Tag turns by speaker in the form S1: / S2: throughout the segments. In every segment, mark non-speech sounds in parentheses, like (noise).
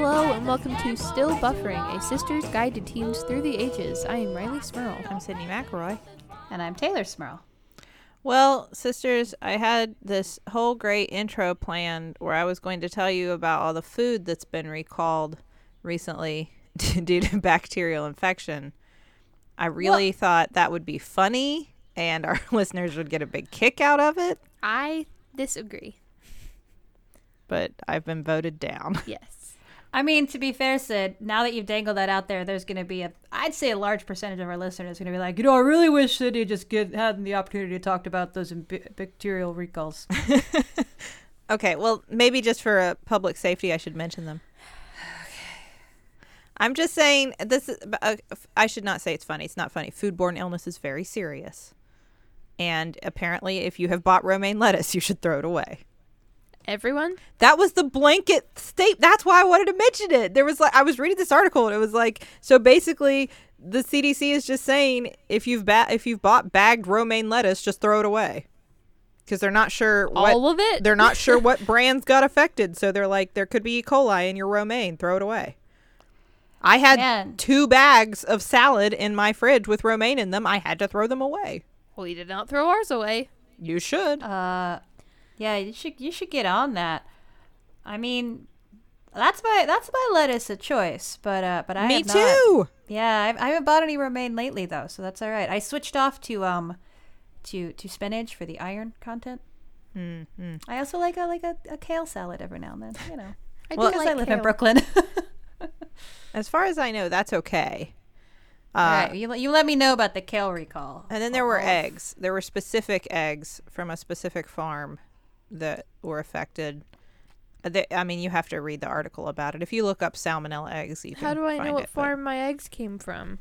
S1: welcome to Still Buffering, a sister's guide to teens through the ages. I am Riley Smurl.
S2: I'm Sydney McRoy.
S1: And I'm Taylor Smurl.
S2: Well, sisters, I had this whole great intro planned where I was going to tell you about all the food that's been recalled recently (laughs) due to bacterial infection. I really thought that would be funny and our (laughs) listeners would get a big kick out of it,
S1: I disagree.
S2: but I've been voted down.
S1: Yes.
S3: I mean, to be fair, Sid, now that you've dangled that out there, there's going to be a, I'd say a large percentage of our listeners is going to be like, you know, I really wish Sid had just give, had the opportunity to talk about those imbe- bacterial recalls.
S2: Okay, well, maybe just for uh, public safety, I should mention them. I'm just saying this. Is, b- uh, f- I should not say it's funny. It's not funny. Foodborne illness is very serious, and apparently, if you have bought romaine lettuce, you should throw it away.
S1: Everyone?
S2: That was the blanket state. That's why I wanted to mention it. There was like I was reading this article and it was like so basically the CDC is just saying if you've ba- if you've bought bagged romaine lettuce, just throw it away because they're not sure what,
S1: All of it?
S2: They're not sure what brands got affected, so they're like there could be E. coli in your romaine. Throw it away. I had
S3: Man.
S2: two bags of salad in my fridge with romaine in them. I had to throw them away.
S1: We did not throw ours away.
S2: You should.
S3: Uh, yeah, you should, you should get on that. I mean, that's my, that's my lettuce a choice, but, uh, but I
S2: Me
S3: have not-
S2: too.
S3: Yeah, I, I haven't bought any romaine lately though, so that's all right. I switched off to um, to to spinach for the iron content.
S2: Mm-hmm.
S3: mm I also like a like a, a kale salad every now and then.
S2: (laughs)
S3: You know,
S1: I
S3: because I live in Brooklyn. (laughs)
S2: Uh, As far as I know, that's okay. Uh,
S3: all right, you, you let me know about the kale recall.
S2: And then there were
S1: Uh-huh.
S3: Oh,
S2: eggs. There were specific eggs from a specific farm that were affected. Uh, they- I mean, you have to read the article about it. If you look up salmonella eggs, you can
S1: How do I know
S2: find
S1: what
S2: it, but-
S1: farm my eggs came from?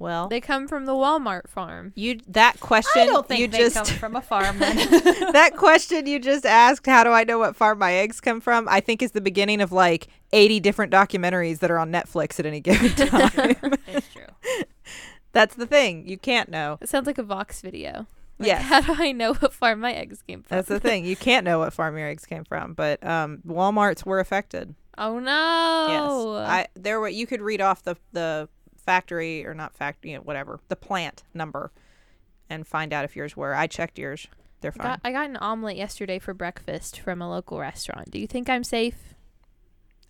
S2: Well,
S1: They come from the Walmart farm.
S2: you that question
S3: I don't think
S2: you
S3: they
S2: just
S3: come
S1: (laughs)
S3: from a farm.
S2: (laughs)
S3: Then. (laughs)
S2: that question you just asked. How do I know what farm my eggs come from? I think is the beginning of like eighty different documentaries that are on Netflix at
S1: (laughs)
S2: any (laughs) given time.
S3: it's true.
S2: That's the thing. You can't know.
S1: It sounds like a Vox video. Like,
S2: Yes.
S1: How do I know what farm my eggs came from?
S2: That's the thing. You can't know what farm your eggs came from. But um, Walmart's were affected.
S1: oh no.
S2: Yes. I there were you could read off the the factory or not factory, you know, whatever, the plant number and find out if yours were. I checked yours. They're
S1: I
S2: fine.
S1: got, I got an omelet yesterday for breakfast from a local restaurant. Do you think I'm safe?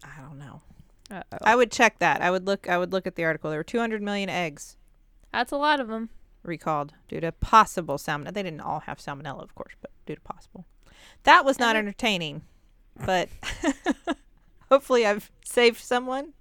S2: I don't know.
S1: Uh-oh.
S2: I would check that. I would look I would look at the article. There were 200 million eggs
S1: That's a lot of them.
S2: recalled due to possible salmonella. They didn't all have salmonella, of course, but due to possible. That was not entertaining. But (laughs) hopefully I've saved someone.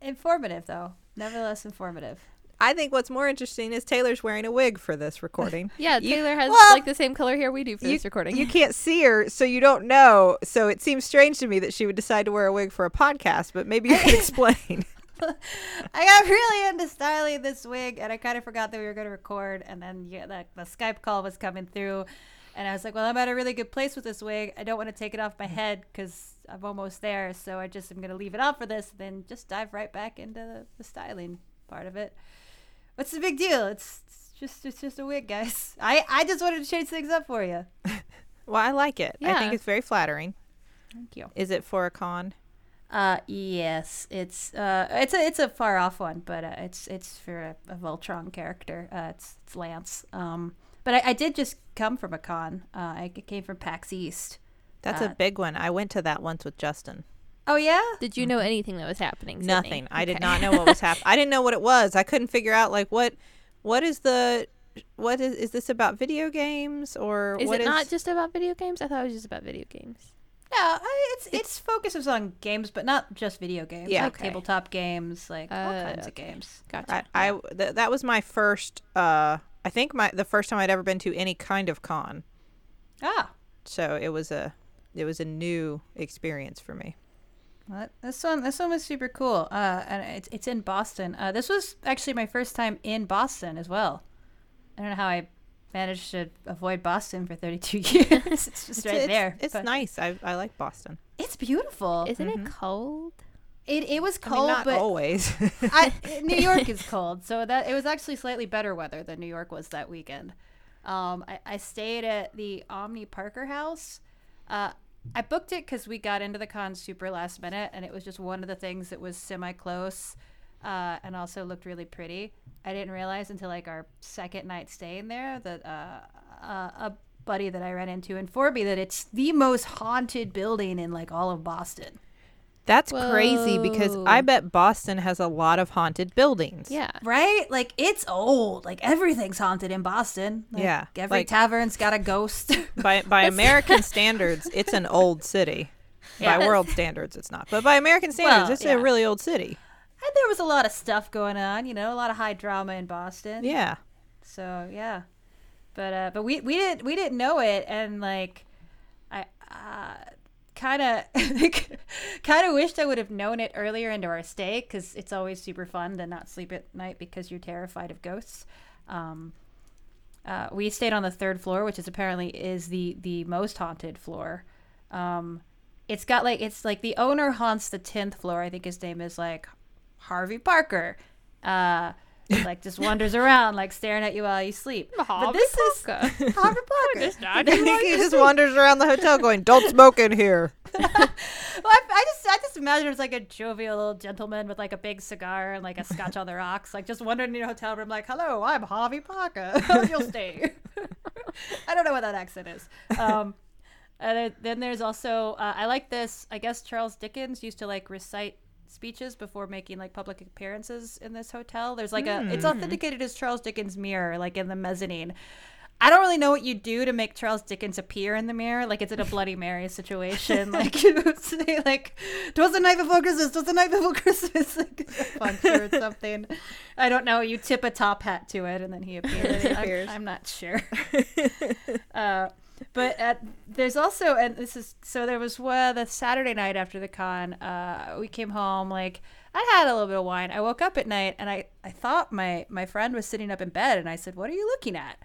S3: Informative though, nevertheless informative.
S2: I think what's more interesting is Taylor's wearing a wig for this recording.
S1: Yeah,
S2: You-
S1: Taylor has
S2: Well,
S1: like the same color hair we do for this recording.
S2: You can't see her, so you don't know. So it seems strange to me that she would decide to wear a wig for a podcast, but maybe you
S1: (laughs)
S2: can explain. (laughs)
S3: I got really into styling this wig, and I kind of forgot that we were going to record. And then yeah, the, the Skype call was coming through, and I was like, "Well, I'm at a really good place with this wig. I don't want to take it off my head because I'm almost there. So I just am going to leave it on for this, and then just dive right back into the, the styling part of it. What's the big deal? It's, it's just it's just a wig, guys. (laughs) I I just wanted to change things up for you.
S2: well, I like it. I
S1: Yeah.
S2: think it's very flattering.
S3: Thank you.
S2: Is it for a con?
S3: Uh, yes, it's uh, it's a it's a far off one, but uh, it's it's for a, a Voltron character. Uh, it's it's Lance. Um, but I, I did just come from a con. Uh, I c- came from PAX East.
S2: That's a
S3: Uh,
S2: big one. I went to that once with Justin.
S3: Oh yeah,
S1: (laughs) Did you know anything that was happening? Sydney?
S2: Nothing. I did
S1: Okay.
S2: not know
S1: (laughs)
S2: what was happening. I didn't know what it was. I couldn't figure out like what what is the what is is this about video games or
S1: Is
S2: what
S1: it not just about video games? I thought it was just about video games.
S3: no, I, it's its focus is on games, but not just video games.
S2: Yeah.
S3: like
S1: Okay.
S3: tabletop games, like all
S1: Uh,
S3: kinds of
S1: okay.
S3: games.
S1: Gotcha.
S2: I, I th- that was my first uh I think my the first time I'd ever been to any kind of con.
S3: Ah,
S2: So it was a it was a new experience for me.
S3: Well, that- This one, this one was super cool. Uh, and it's it's in Boston. Uh, this was actually my first time in Boston as well. I don't know how I managed to avoid Boston for 32 (laughs) years. it's just right
S2: it's,
S3: there.
S2: It's
S3: but-
S2: nice. I, I like Boston.
S3: It's beautiful.
S1: Isn't it cold?
S3: it it was
S2: I mean,
S3: cold,
S2: not
S3: but
S2: always. (laughs)
S3: I, New York is cold, so that it was actually slightly better weather than New York was that weekend. Um, I, I stayed at the Omni Parker House. Uh, I booked it because we got into the con super last minute, and it was just one of the things that was semi close, uh, and also looked really pretty. I didn't realize until like our second night staying there that uh, uh, a buddy that I ran into informed me that it's the most haunted building in like all of Boston.
S2: That's crazy because I
S1: Whoa.
S2: bet Boston has a lot of haunted buildings.
S1: Yeah.
S3: Right? Like it's old. Like everything's haunted in Boston. Like,
S2: Yeah,
S3: Every
S2: like-
S3: tavern's got a ghost. (laughs)
S2: By by American standards, it's an old
S3: (laughs)
S2: city. By world standards, it's not. But by American standards,
S3: Well,
S2: it's
S3: yeah.
S2: a really old city.
S3: And there was a lot of stuff going on, you know, a lot of high drama in Boston. (laughs)
S2: Yeah.
S3: So yeah, but uh, but we we didn't we didn't know it, and like I uh, kind (laughs) of kind of wished I would have known it earlier into our stay because it's always super fun to not sleep at night because you're terrified of ghosts. Um, uh, we stayed on the third floor, which is apparently is the the most haunted floor. Um, it's got like it's like the owner haunts the tenth floor. I think his name is like Harvey Parker. Uh, like just wanders around, like staring at you while you sleep. but this is Harvey Parker. (laughs)
S2: he just wanders around the hotel going, "Don't smoke in here."
S3: Well, I, I just I just imagine it was like a jovial little gentleman with like a big cigar and like a scotch on the rocks, like just wandering in your hotel room, like, "Hello, I'm Harvey Parker. (laughs) How's your stay?" I don't know what that accent is. Um, (laughs) and then- then there's also uh, I like this. I guess Charles Dickens used to like recite speeches before making like public appearances in this hotel. There's like a it's authenticated as Charles Dickens mirror, like in the mezzanine. I don't really know what you do to make Charles Dickens appear in the mirror. Like, is it a Bloody Mary (laughs) situation? Like, you would say, like, "Twas the night before Christmas. Twas the night before Christmas." (laughs) Like, it's a puncher or something. I don't know. You tip a top hat to it, and then (laughs) he appears.
S2: appears.
S3: I'm, I'm not sure. uh, but at, there's also, and this is so. There was one the Saturday night after the con. Uh, we came home. Like, I had a little bit of wine. I woke up at night, and I I thought my my friend was sitting up in bed, and I said, "What are you looking at?"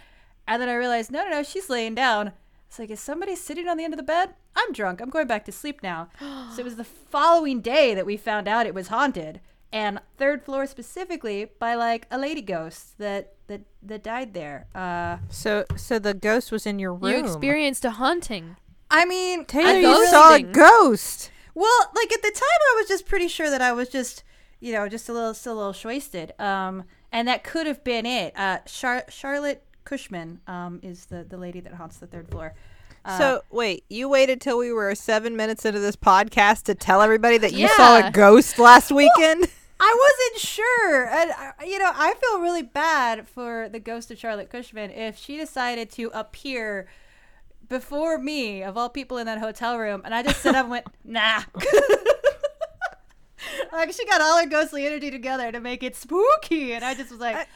S3: And then I realized, no, no, no, she's laying down. It's like, is somebody sitting on the end of the bed? I'm drunk. I'm going back to sleep now. so it was the following day that we found out it was haunted, and third floor specifically by like a lady ghost that that that died there. Uh,
S2: So, so the ghost was in your room.
S1: You experienced a haunting.
S3: I mean,
S2: Taylor,
S1: a
S2: you
S1: ghost
S2: saw a
S1: thing.
S2: ghost.
S3: Well, like at the time, I was just pretty sure that I was just, you know, just a little, still a little shwasted. Um, and that could have been it. Uh, Char- Charlotte Cushman um, is the the lady that haunts the third floor. Uh,
S2: so wait, you waited till we were seven minutes into this podcast to tell everybody that you
S1: Yeah.
S2: saw a ghost last weekend?
S3: I wasn't sure, and I- you know, I feel really bad for the ghost of Charlotte Cushman if she decided to appear before me, of all people in that hotel room, and I just stood up and (laughs) went, "Nah." like she got all her ghostly energy together to make it spooky, and I just was like, "I, think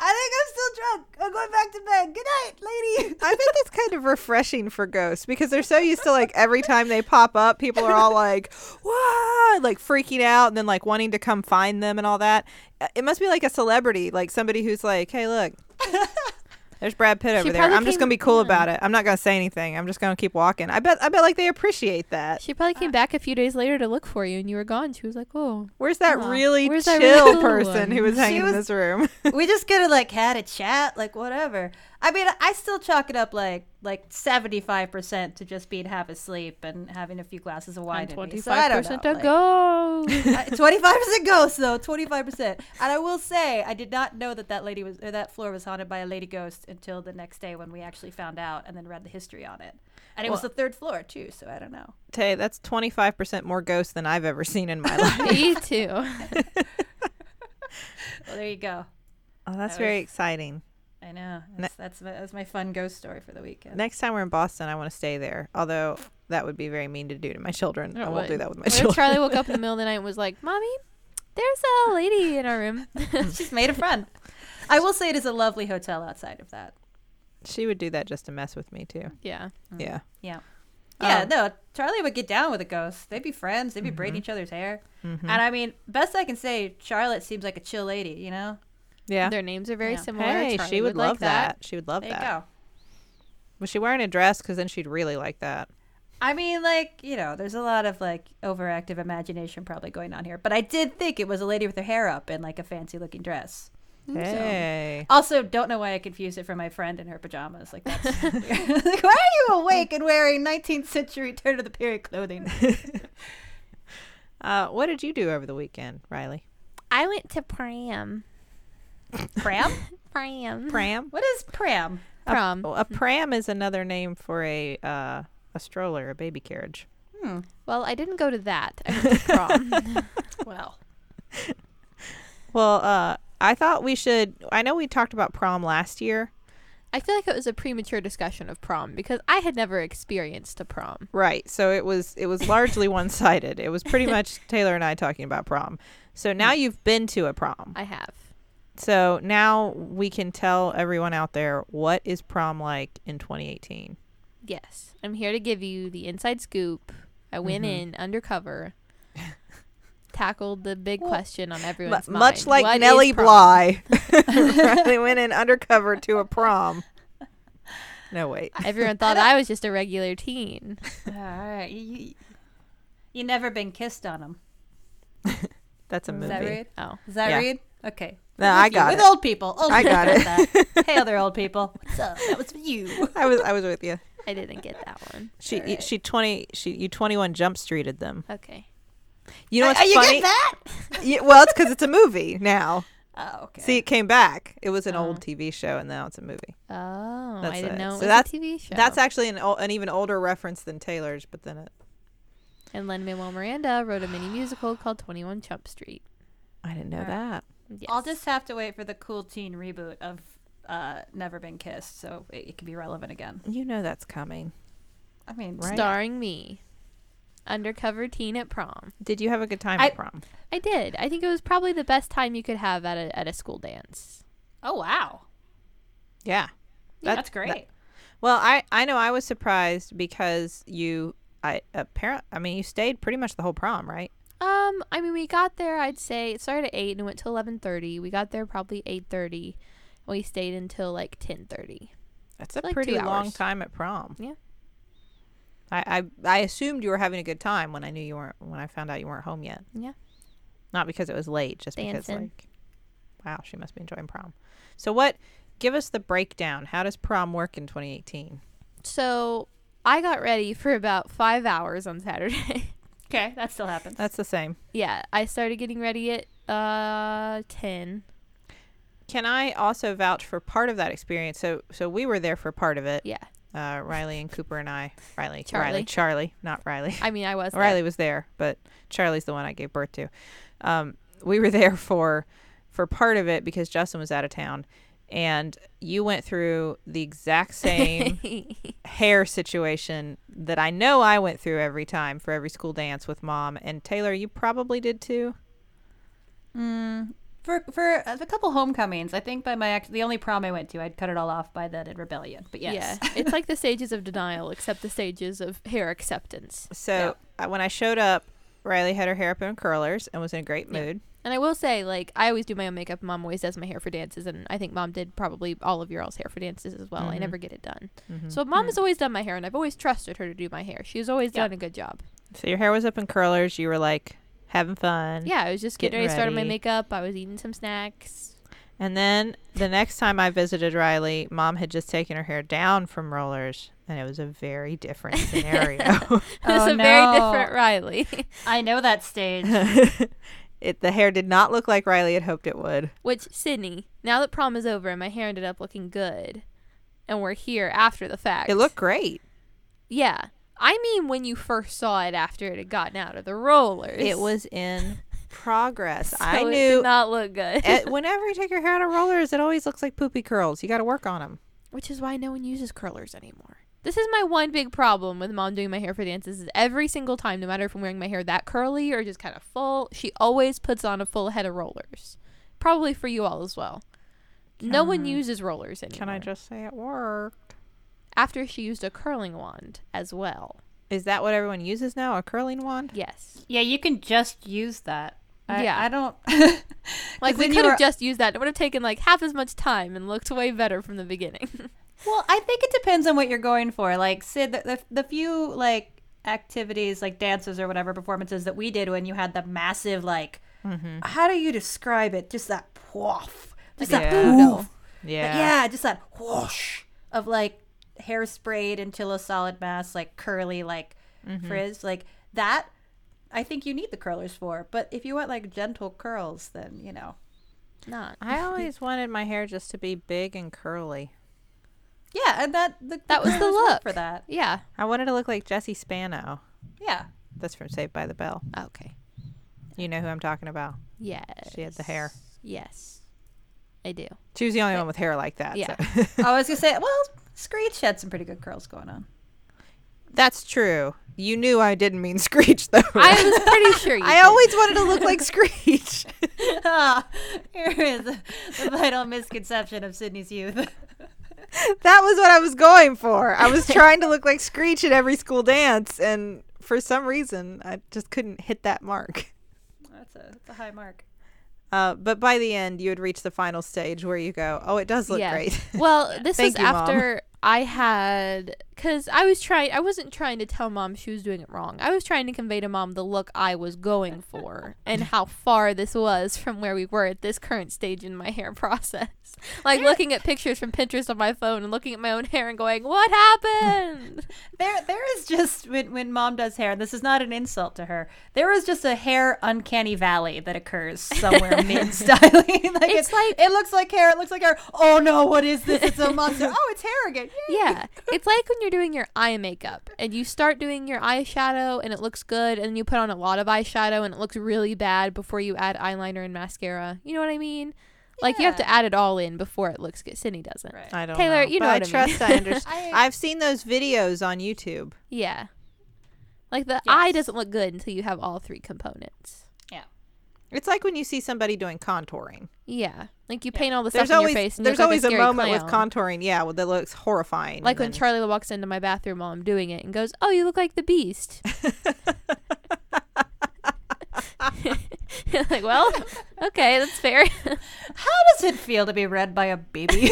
S3: I'm still drunk. I'm going back to bed. Good night, lady."
S2: (laughs) I think that's kind of refreshing for ghosts because they're so used to like every time they pop up, people are (laughs) all like, "Wow!" like freaking out and then like wanting to come find them and all that. Uh, It must be like a celebrity, like somebody who's like, "Hey, (laughs) look, there's Brad Pitt over there.
S1: probably
S2: I'm just
S1: came-
S2: gonna be cool
S1: yeah.
S2: about it. I'm not gonna say anything. I'm just gonna keep walking." I bet, I bet like they appreciate that.
S1: She probably came back a few days later to look for you, and you were gone. She was like, "Oh,
S2: Where's that
S3: Aw,
S2: really
S1: where's
S2: chill
S1: that really cool
S2: person who
S1: one?
S2: was hanging
S3: was-
S2: in this room? (laughs)
S3: we just could have like had a chat, like whatever. I mean, I still chalk it up like like seventy five percent to just being half asleep and having a few glasses of wine.
S1: I'm twenty-five percent a ghost."
S3: (laughs) Twenty five percent ghost though, twenty five percent. And I will say, I did not know that that lady was or that floor was haunted by a lady ghost until the next day when we actually found out and then read the history on it. And it was the third floor too, so I don't know.
S2: Tay, that's 25 percent more ghosts than I've ever seen in my (laughs) life.
S1: Me too.
S3: Well, there you go.
S2: Oh, that's
S3: That
S2: very
S3: was-
S2: exciting.
S3: I know that's that's my, that's my fun ghost story for the weekend.
S2: Next time we're in Boston, I want to stay there. Although that would be very mean to do to my children. I won't do that with my
S1: What if
S2: children. (laughs)
S1: Charlie woke up in the middle of the night and was like, "Mommy, there's a lady in our room." (laughs)
S3: She's made a friend. I will say it is a lovely hotel outside of that.
S2: she would do that just to mess with me too.
S1: yeah.
S2: Yeah.
S3: Yeah. Mm. Yeah,
S2: Um, Mm-hmm.
S3: no, Charlie would get down with a ghost. They'd be friends. They'd be braiding each other's hair. And I mean, best I can say, Charlotte seems like a chill lady, you know?
S2: Yeah.
S1: Their names are very
S3: Yeah.
S1: similar.
S2: Hey,
S1: Charlie
S2: she would,
S1: like
S2: love that. She would love
S3: There
S2: that.
S3: you go.
S2: Was she wearing a dress? Because then she'd really like that.
S3: I mean, like, you know, there's a lot of, like, overactive imagination probably going on here. But I did think it was a lady with her hair up in, like, a fancy looking dress.
S2: Hey.
S3: Also, don't know why I confused it for my friend in her pajamas. Like, that's
S2: (laughs)
S3: weird. (laughs) like, why are you awake and wearing 19th century turn of the period clothing?
S2: Uh, what did you do over the weekend,
S3: (laughs)
S2: Riley?
S1: I went to pram.
S3: Pram?
S1: Pram.
S2: Pram.
S3: What is pram?
S1: Prom.
S3: Mm-hmm.
S2: Oh, a pram is another name for a uh, a stroller, a baby carriage.
S3: Hmm.
S1: Well, I didn't go to that. I
S2: (laughs)
S1: went to prom.
S3: Well,
S2: Well, uh, I thought we should. I know we talked about prom last year,
S1: I feel like it was a premature discussion of prom because I had never experienced a prom.
S2: right? So it was it was (laughs) largely one sided. It was pretty (laughs) much Taylor and I talking about prom. So now you've been to a prom.
S1: I have.
S2: So now we can tell everyone out there what is prom like in 2018.
S1: Yes. I'm here to give you the inside scoop. I went
S2: Mm-hmm.
S1: in
S2: (laughs)
S1: undercover, tackled the big question on everyone's mind.
S2: much like
S1: What is
S2: Nellie
S1: prom?
S2: (laughs) Bly, they went in undercover to a prom. (laughs) No wait.
S1: Everyone thought I was just a regular
S2: (laughs)
S1: teen.
S2: Uh,
S3: all right. You, you, you never been kissed on them.
S2: That's a movie.
S3: Is that rude?
S1: Oh.
S3: Is that
S2: Yeah.
S3: rude? Okay.
S2: No,
S3: With
S2: I
S3: you-
S2: got
S3: with
S2: it.
S3: old people. Old
S2: I
S3: people
S2: (laughs)
S3: (laughs)
S2: got
S3: get that. hey, other old people. What's up? That was
S2: (laughs)
S3: for you.
S2: I was I was with you.
S1: I didn't get that one.
S2: She she twenty she you twenty one jump streeted them.
S1: Okay.
S2: You know what's
S3: Uh, you
S2: funny?
S3: get that?
S2: Yeah, well, it's because it's a movie now.
S3: Oh, okay.
S2: See, it came back. It was an old TV show, and now it's a movie.
S1: Oh,
S2: That's
S1: I didn't
S2: it.
S1: know
S2: So
S1: it was
S2: that's-
S1: a TV show.
S2: That's actually an ol- an even older reference than Taylor's, but then it.
S1: and Lin Manuel Miranda wrote a mini musical called 21 Chump Street.
S2: I didn't know that.
S1: Yes.
S3: I'll just have to wait for the cool teen reboot of uh, Never Been Kissed so it, it can be relevant again.
S2: You know that's coming.
S3: I mean,
S2: Right.
S1: starring me, undercover teen at prom.
S2: Did you have a good time
S3: I-
S2: at prom?
S1: I did. I think it was probably the best time you could have at a at a school dance.
S3: oh, wow.
S2: Yeah. That-
S3: That's great.
S2: that- well, I I know I was surprised because you I apparent I mean you stayed pretty much the whole prom, right?
S1: Um, I mean, we got there. I'd say it started at eight and went to eleven thirty. We got there probably eight thirty. We stayed until like ten thirty.
S2: That's a
S1: Like
S2: pretty
S1: two
S2: long
S1: hours.
S2: time at prom.
S1: Yeah.
S2: I, I I assumed you were having a good time when I knew you weren't when I found out you weren't home yet.
S1: Yeah.
S2: Not because it was late, just because
S1: Dancing.
S2: like wow, she must be enjoying prom. So what give us the breakdown. How does prom work in 2018?
S1: So I got ready for about five hours on Saturday. (laughs)
S3: okay, that still happens.
S2: That's the same.
S1: yeah, I started getting ready at uh ten.
S2: Can I also vouch for part of that experience? So so we were there for part of it.
S1: Yeah,
S2: Uh, Riley and Cooper and I. Riley, Riley,
S1: Charlie.
S2: Charlie, not Riley.
S1: I mean, I was. there.
S2: Riley was there, but Charlie's the one I gave birth to. Um, we were (laughs) there for for part of it because Justin was out of town, and you went through the exact same hair situation that I know I went through every time for every school dance with mom and Taylor. You probably did too.
S3: For for a couple homecomings, I think by my act, the only prom I went to, I'd cut it all off by then in rebellion. But yes,
S1: Yeah, it's like the stages of denial, except the stages of hair acceptance.
S2: So I when I showed up, Riley had her hair up in curlers and was in a great
S1: Yeah.
S2: mood.
S1: And I will say, like, I always do my own makeup. Mom always does my hair for dances, and I think Mom did probably all of your all's hair for dances as well. I
S2: Mhm.
S1: never get it done,
S2: Mhm.
S1: so Mom has always done my hair, and I've always trusted her to do my hair. She's always
S3: Yeah.
S1: done a good job.
S2: So your hair was up in curlers. You were like having fun.
S1: Yeah, I was just getting
S2: Getting
S1: ready to start on my
S2: ready.
S1: makeup. I was eating some snacks. (laughs)
S2: And then the next time I visited Riley, mom had just taken her hair down from rollers, and it was a very different (laughs) scenario.
S1: it's
S3: Oh,
S1: a very
S3: no.
S1: different Riley,
S3: (laughs)
S1: (laughs)
S3: I know that stage.
S2: it the hair did not look like Riley had hoped it would.
S1: which Sydney. Now that prom is over, and my hair ended up looking good, and we're here after the fact.
S2: It looked great.
S1: yeah. I mean, when you first saw it after it had gotten out of the rollers,
S2: It was in progress.
S1: So
S2: I
S1: it did
S2: knew.
S1: not look good.
S2: (laughs) eh, whenever you take your hair out of rollers, it always looks like poopy curls. You got to work on them.
S1: which is why no one uses curlers anymore. This is my one big problem with mom doing my hair for dances is every single time, no matter if I'm wearing my hair that curly or just kind of full, she always puts on a full head of rollers. Probably for you all as well. no one uses rollers anymore.
S2: Can I just say it worked?
S1: After she used a curling wand as well.
S2: Is that what everyone uses now? A curling wand?
S1: Yes.
S3: (laughs) yeah, you can just use that. I,
S1: Yeah.
S3: I (laughs) don't. 'Cause
S1: Like we
S3: then you
S1: could have
S3: were-
S1: just used that. It would have taken like half as much time and looked way better from the beginning. (laughs)
S3: Well, I think it depends on what you're going for. Like Sid, the, the, the few like activities, like dances or whatever performances
S1: Mm-hmm.
S3: that we did when you had the massive like, how do you describe it? Just that poof, Just
S2: Yeah.
S3: that
S2: Oof.
S3: poof. But
S2: Yeah. (laughs)
S3: yeah, just that whoosh of like hairsprayed into a solid mass, like curly, like
S1: Mm-hmm.
S3: frizz, like that. I think you need the curlers for, but if you want like gentle curls, then you know,
S1: Not.
S2: I always wanted my hair just to be big and curly.
S3: yeah, and that the,
S1: That was the
S3: curlers work
S1: look.
S3: for that.
S1: Yeah.
S2: I wanted to look like Jesse Spano.
S3: Yeah,
S2: That's from Saved by the Bell.
S1: Okay.
S2: You know who I'm talking about.
S1: Yes.
S2: She had the hair.
S1: Yes. I do.
S2: She was the only one with hair like that.
S1: Yeah.
S2: so-
S3: I was gonna say, well, Screech had some pretty good curls going on.
S2: (laughs) That's true. You knew I didn't mean (laughs) Screech though.
S1: I was pretty sure you
S2: (laughs) I
S1: did.
S2: always wanted to look like Screech. (laughs)
S3: Ah, (laughs) here is the vital misconception of Sydney's youth.
S2: that was what I was going for. I
S1: (laughs)
S2: was trying to look like Screech at every school dance, and for some reason, I just couldn't hit that mark. (laughs)
S3: That's a, that's a high mark.
S2: Uh, but by the end, you would reach the final stage where you go, "Oh, it does look
S1: Yeah.
S2: great."
S1: (laughs) Well, this
S2: Thank
S1: was
S2: you, Mom.
S1: after I had cuz I was trying I wasn't trying to tell mom she was doing it wrong. I was trying to convey to mom the look I was going
S2: (laughs)
S1: for and how far this was from where we were at this current stage in my hair (laughs) process. Like looking at pictures from Pinterest on my phone and looking at my own hair and going, "What
S2: (laughs)
S1: happened?" (laughs)
S3: There, there is just when when mom does hair, and this is not an insult to her. There is just a hair uncanny valley that occurs (laughs) somewhere mid styling. like
S1: It's
S3: it's
S1: like-
S3: like it looks like hair. It looks like hair. Oh no, what is this? It's a (laughs) monster. oh, it's hair again. Yay.
S2: (laughs)
S1: yeah. It's like when you're doing your eye makeup and you start doing your eyeshadow and it looks good and you put on a lot of eyeshadow and it looks really bad before you add eyeliner and mascara. You know what I mean? Like you have to add it all in before it looks good. Sydney doesn't.
S2: (laughs)
S3: Right.
S2: I don't
S1: Taylor,
S2: know,
S1: you
S2: but
S1: know
S2: I
S1: what I mean. (laughs)
S2: trust. I understand. I've seen those videos on YouTube.
S1: Yeah. Like the eye
S3: Yes.
S1: doesn't look good until you have all three components.
S2: It's like when you see somebody doing contouring.
S1: Yeah. Like you paint all the stuff
S2: There's
S1: on
S2: always
S1: your face. And you
S2: there's
S1: look like
S2: always a,
S1: scary
S2: moment with
S1: clown.
S2: contouring, yeah, well, that looks horrifying.
S1: Like when
S2: and
S1: Charlie walks into my bathroom while I'm doing it and goes, "Oh, you look like the Beast." (laughs) like,
S2: (laughs)
S1: well, okay, that's fair. (laughs)
S3: How does it feel to be read by a (laughs) baby?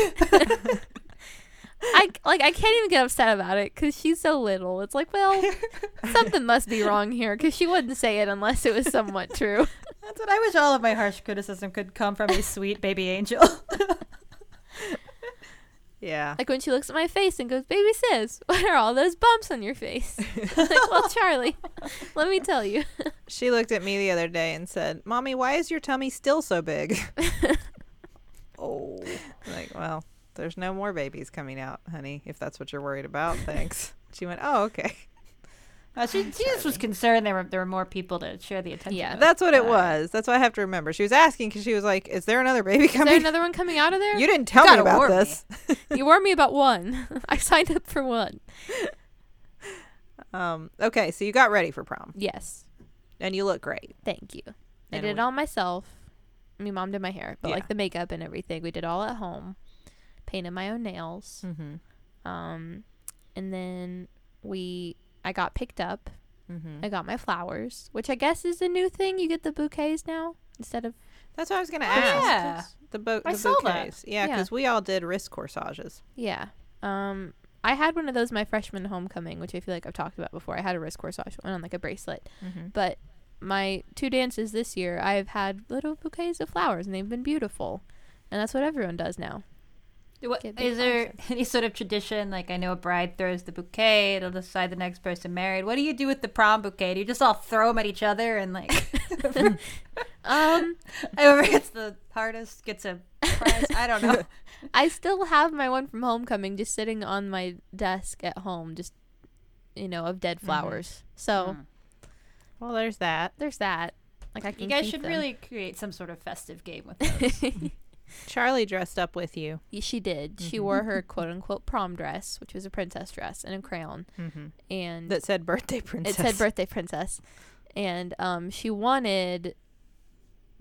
S1: I like I can't even get upset about it because she's so little. It's like, well,
S2: (laughs)
S1: something must be wrong here because she wouldn't say it unless it was somewhat
S2: (laughs)
S1: true.
S3: That's what I wish all of my harsh criticism could come from a sweet baby angel. (laughs)
S2: then- (laughs) yeah.
S1: Like when she looks at my face and goes, "Baby sis, what are all those bumps on your
S2: (laughs)
S1: face?" (laughs) like, well, Charlie, let me tell you. (laughs)
S2: She looked at me the other day and said, "Mommy, why is your tummy still so big?" (laughs)
S3: oh,
S2: like, well, there's no more babies coming out, honey. If that's what you're worried about, thanks. (laughs) She went, "Oh, okay."
S3: she, she just was concerned there were there were more people to share the attention.
S1: Yeah.
S3: with.
S2: That's what it
S3: Right.
S2: was. That's what I have to remember. She was asking because she was like, "Is there another baby
S1: Is
S2: coming?"
S1: there another one coming out of there?
S2: (laughs) you didn't tell me
S3: gotta
S2: about
S3: warn me.
S2: this. (laughs)
S1: you warned me about one. (laughs) I signed up for one.
S2: Um, okay, so you got ready for prom
S1: Yes,
S2: and you look great.
S1: thank you. I
S2: And
S1: did it
S2: we-
S1: all myself. I mean, mom did my hair, but
S2: Yeah.
S1: like the makeup and everything, we did all at home. Painted my own nails.
S2: Mm-hmm.
S1: Um, and then we, I got picked up.
S2: Mm-hmm.
S1: I got my flowers, which I guess is a new thing. You get the bouquets now instead of
S2: That's what I was
S1: Oh,
S2: gonna ask.
S3: yeah.
S2: The, bo-
S3: I
S2: the
S3: saw that.
S2: bouquets.
S1: Yeah.
S2: Yeah, because we all did wrist corsages.
S1: Yeah. Um, I had one of those my freshman homecoming, which I feel like I've talked about before. I had a wrist corsage one on like a bracelet,
S2: Mhm.
S1: but my two dances this year, I've had little bouquets of flowers, and they've been beautiful, and that's what everyone does now.
S3: What,
S1: Get big
S3: is there any sort of tradition? Like, I know a bride throws the bouquet, it'll decide the next person married. What do you do with the prom bouquet? Do you just all throw them at each other and, (laughs) like,
S1: Um,
S3: whoever gets the hardest gets a prize? I
S1: (laughs)
S3: don't know.
S1: I still have my one from homecoming just sitting on my desk at home, just you know, of
S3: Mm-hmm.
S1: dead flowers. So
S2: Well, there's that.
S1: there's that. Like I can.
S3: Mm. You guys
S1: keep
S3: should
S1: them.
S3: really (laughs) create some sort of festive game with those.
S2: Charlie dressed up with you.
S1: Yeah, (laughs) She did. She
S3: Mm-hmm.
S1: wore her quote unquote prom dress, which was a princess dress and a crown, and
S2: That said, birthday
S1: Mm-hmm. it
S2: princess.
S1: said birthday princess. And um, she wanted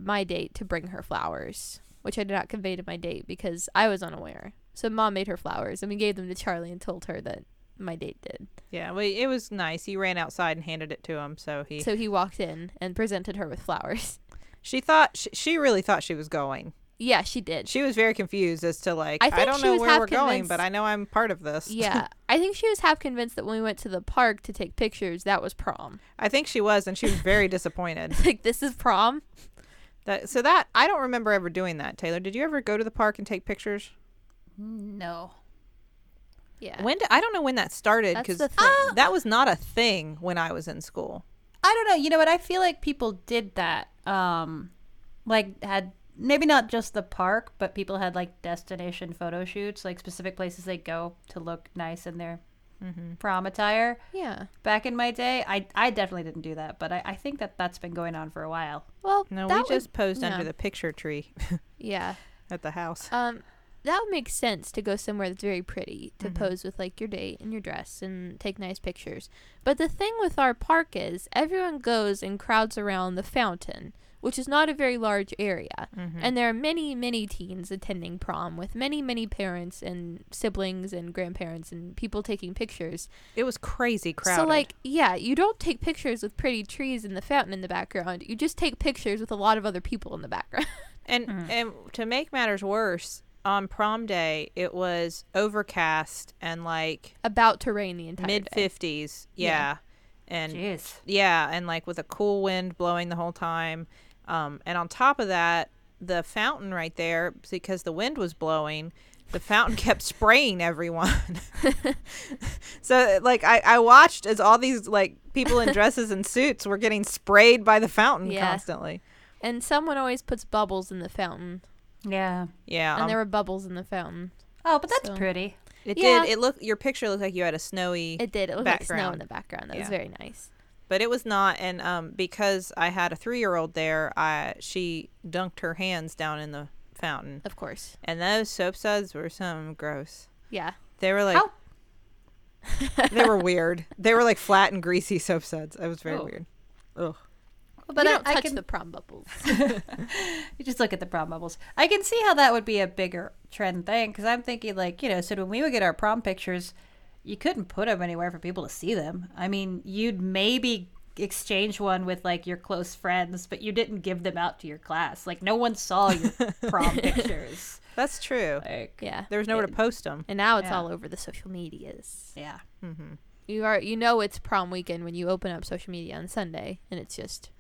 S1: my date to bring her flowers, which I did not convey to my date because I was unaware. So mom made her flowers, and we gave them to Charlie and told her that my date did.
S2: Yeah, well, it was nice. You ran outside and handed it to him, so he.
S1: So he walked in and presented her with flowers. (laughs)
S2: she thought she, she really thought she was going.
S1: Yeah, she did.
S2: She was very confused as to like
S1: I
S2: I,
S1: think
S2: don't
S1: she
S2: know
S1: was
S2: where
S1: half
S2: we're going, but
S1: convinced-
S2: I know I'm part of this. (laughs)
S1: yeah, (laughs) I think she was half convinced that when we went to the park to take pictures, that was prom. (laughs)
S2: I think she was, and she was very disappointed. (laughs)
S1: Like this is prom.
S2: That, so that I don't remember ever doing that. Taylor, did you ever go to the park and take pictures?
S3: No.
S1: Yeah.
S2: When did, I don't know when that started
S1: Uh, That's
S2: because
S1: the thing. Ah!
S2: that was not a thing when I was in school.
S3: I don't know. You know what? I feel like people did that. Um, like had maybe not just the park, but people had like destination photo shoots, like specific places they go to look nice in their prom attire.
S1: yeah.
S3: Back in my day, I I definitely didn't do that, but I, I think that that's been going on for a while.
S1: Well,
S2: No,
S1: that
S2: we
S1: would-
S2: just posed
S1: yeah.
S2: under the picture tree (laughs)
S1: Yeah.
S2: at the house.
S1: Um, that would make sense to go somewhere that's very pretty
S2: Mm-hmm.
S1: to pose with like your date and your dress and take nice pictures. But the thing with our park is everyone goes and crowds around the fountain, which is not a very large area,
S2: Mm-hmm.
S1: and there are many, many teens attending prom with many, many parents and siblings and grandparents and people taking pictures.
S2: It was crazy crowded.
S1: So like, yeah, you don't take pictures with pretty trees and the fountain in the background. You just take pictures with a lot of other people in the background. (laughs)
S2: And
S1: mm.
S2: and to make matters worse, on prom day it was overcast and like
S1: About to rain the entire
S2: mid
S1: day.
S2: fifties.
S1: Yeah.
S2: Yeah. And
S3: Jeez.
S2: yeah, and like with a cool wind blowing the whole time. Um, and on top of that, the fountain right there, because the wind was blowing, the fountain (laughs) kept spraying everyone. (laughs) so like I, I watched as all these like people in dresses and suits were getting sprayed by the fountain
S1: Yeah.
S2: constantly.
S1: And someone always puts bubbles in the fountain.
S3: Yeah.
S2: Yeah.
S1: and
S2: um,
S1: there were bubbles in the fountain.
S3: Oh, but that's
S1: So-
S3: pretty.
S2: It
S1: Yeah.
S2: did. It looked your picture looked like you had a snowy,
S1: It did. It looked like snow in
S2: Background.
S1: the background. That was
S2: Yeah.
S1: very nice.
S2: but it was not. And um, because I had a three-year-old there, I she dunked her hands down in the fountain,
S1: Of course.
S2: and those soap suds were some gross.
S1: Yeah.
S2: They were like,
S3: How-
S2: (laughs) they were weird. They were like flat and greasy soap suds. It was very
S3: Oh.
S2: weird. Ugh.
S1: But
S3: But
S1: you
S3: I,
S1: don't
S3: I
S1: touch
S3: can
S1: the prom bubbles.
S3: You just look at the prom bubbles. I can see how that would be a bigger trend thing because I'm thinking, like, you know, so when we would get our prom pictures, you couldn't put them anywhere for people to see them. I mean, you'd maybe exchange one with like your close friends, but you didn't give them out to your class. Like, no one saw your (laughs) prom pictures.
S2: That's true.
S3: Like,
S1: yeah.
S2: There was nowhere to post them.
S1: And now it's
S3: Yeah.
S1: all over the social medias.
S3: yeah.
S1: You are you know it's prom weekend when you open up social media on Sunday and it's just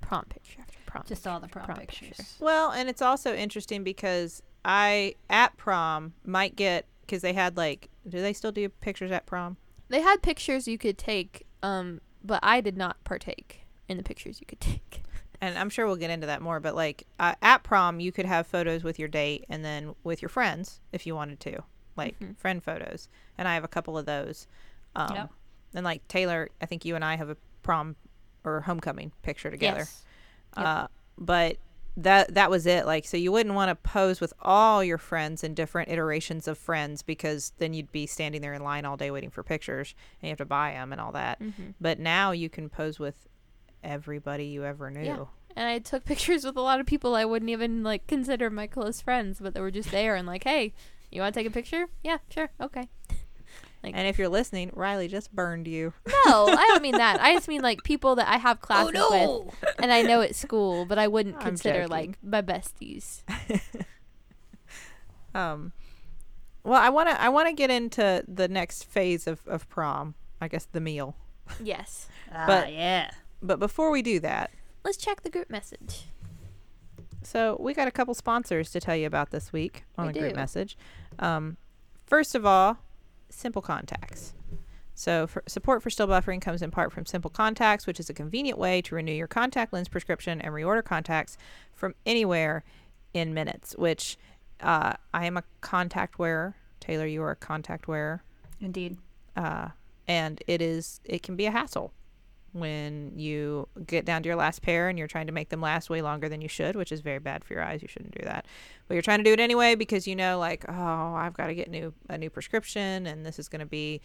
S1: prom picture after prom.
S3: Just
S1: picture
S3: all the
S1: after
S3: prom,
S1: picture.
S3: pictures.
S2: Well, and it's also interesting because I at prom might get because they had like, do they still do pictures at prom?
S1: They had pictures you could take, um, but I did not partake in the pictures you could take.
S2: and I'm sure we'll get into that more, but like uh, at prom, you could have photos with your date and then with your friends if you wanted to, like friend photos. And I have a couple of those. Um,
S3: Mm-hmm. Yep.
S2: And like Taylor, I think you and I have a prom or homecoming picture together.
S3: Yes. Yep.
S2: Uh, but that that was it. Like, so you wouldn't want to pose with all your friends in different iterations of friends because then you'd be standing there in line all day waiting for pictures and you have to buy them and all that.
S3: Mm-hmm.
S2: But now you can pose with everybody you ever knew.
S1: Yeah. And I took (laughs) pictures with a lot of people I wouldn't even like consider my close friends, but they were just there and like, hey, you want to take a picture? Yeah, sure, okay.
S2: And if you're listening, Riley just burned you.
S1: No, I don't mean that. I just mean like people that I (laughs) have classes
S3: no!
S1: with and I know at school, but I wouldn't
S2: I'm
S1: consider
S2: joking.
S1: like my besties.
S2: Um, well, I want to I want to get into the next phase of, of prom. I guess the meal.
S1: Yes.
S3: Ah,
S2: But-
S3: yeah.
S2: But before we do that,
S1: Let's check the group message.
S2: so we got a couple sponsors to tell you about this week on
S1: We
S2: a group
S1: do.
S2: message. Um, first of all, Simple Contacts. So for, support for still buffering comes in part from Simple Contacts, which is a convenient way to renew your contact lens prescription and reorder contacts from anywhere in minutes. Which uh, I am a contact wearer. Taylor, you are a contact wearer.
S3: Indeed.
S2: uh, and it is it can be a hassle when you get down to your last pair and you're trying to make them last way longer than you should which is very bad for your eyes you shouldn't do that but you're trying to do it anyway because you know like oh i've got to get new a new prescription and this is going to be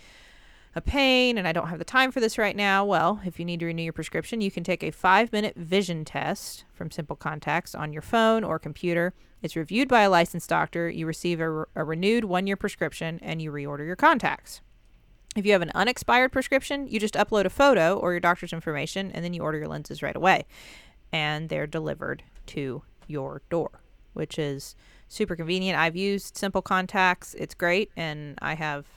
S2: a pain and i don't have the time for this right now well if you need to renew your prescription you can take a five minute vision test from simple contacts on your phone or computer it's reviewed by a licensed doctor you receive a, re- a renewed one year prescription and you reorder your contacts if you have an unexpired prescription, you just upload a photo or your doctor's information and then you order your lenses right away. And they're delivered to your door, which is super convenient. I've used Simple Contacts. It's great and I have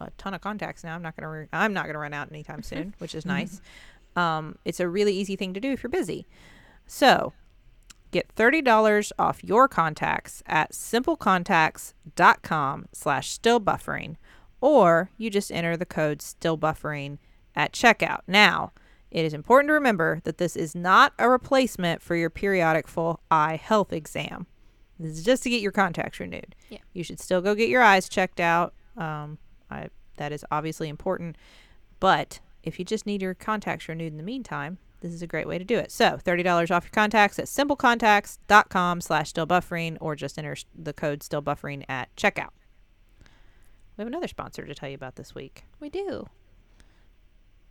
S2: a ton of contacts now. I'm not going to re- I'm not going to run out anytime soon, which is nice. Um, it's a really easy thing to do if you're busy. So, Get $30 off your contacts at simplecontacts.com slash stillbuffering, or you just enter the code stillbuffering at checkout. Now, it is important to remember that this is not a replacement for your periodic full eye health exam. This is just to get your contacts renewed.
S1: Yeah.
S2: You should still go get your eyes checked out. Um, I, that is obviously important. But if you just need your contacts renewed in the meantime, this is a great way to do it. So $30 off your contacts at simplecontacts.com slash stillbuffering or just enter s- the code stillbuffering at checkout. We have another sponsor to tell you about this week.
S1: We do.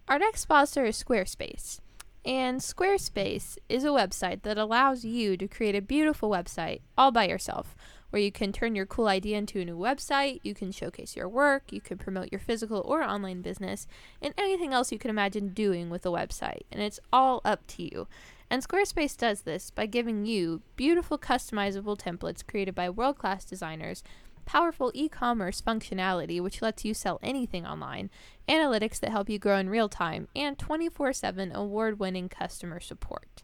S1: Our next sponsor is Squarespace. And Squarespace is a website that allows you to create a beautiful website all by yourself, where you can turn your cool idea into a new website, you can showcase your work, you can promote your physical or online business, and anything else you can imagine doing with a website. And it's all up to you. And Squarespace does this by giving you beautiful customizable templates created by world class designers powerful e commerce functionality which lets you sell anything online, analytics that help you grow in real time, and 24 7 award winning customer support.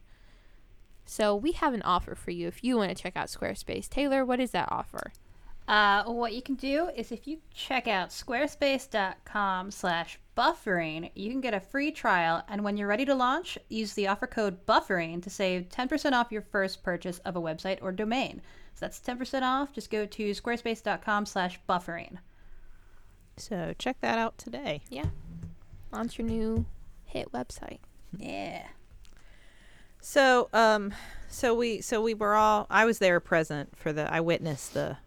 S1: So, we have an offer for you if you want to check out Squarespace. Taylor, what is that offer?
S3: Uh, what you can do is if you check out squarespace.com slash buffering, you can get a free trial. And when you're ready to launch, use the offer code buffering to save 10% off your first purchase of a website or domain. So that's 10% off. Just go to squarespace.com slash buffering.
S2: So check that out today.
S1: Yeah. Launch your new hit website.
S3: Yeah.
S2: So, um, so we, so we were all. I was there present for the. I witnessed the,